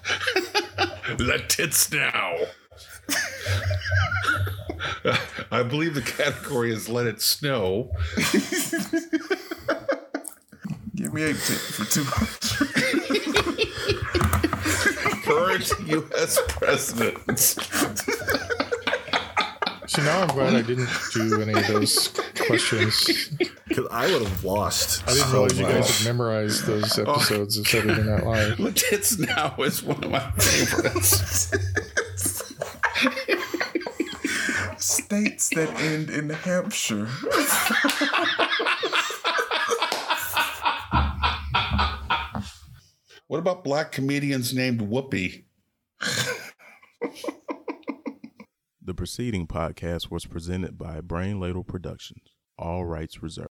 Speaker 3: [LAUGHS]
Speaker 5: The tits now. [LAUGHS] I believe the category is let it snow.
Speaker 3: [LAUGHS] Give me a tip for two [LAUGHS] hundred.
Speaker 5: Current U.S.
Speaker 3: [LAUGHS]
Speaker 5: presidents.
Speaker 4: So now I'm glad I didn't do any of those questions.
Speaker 2: Because I would have lost.
Speaker 4: I didn't
Speaker 2: so
Speaker 4: realize you guys
Speaker 2: much.
Speaker 4: had memorized those episodes of Saturday Night Live.
Speaker 5: The tits now is one of my favorites.
Speaker 3: States that end in Hampshire.
Speaker 5: what about black comedians named Whoopi?
Speaker 8: The preceding podcast was presented by Brain Ladle Productions. All rights reserved.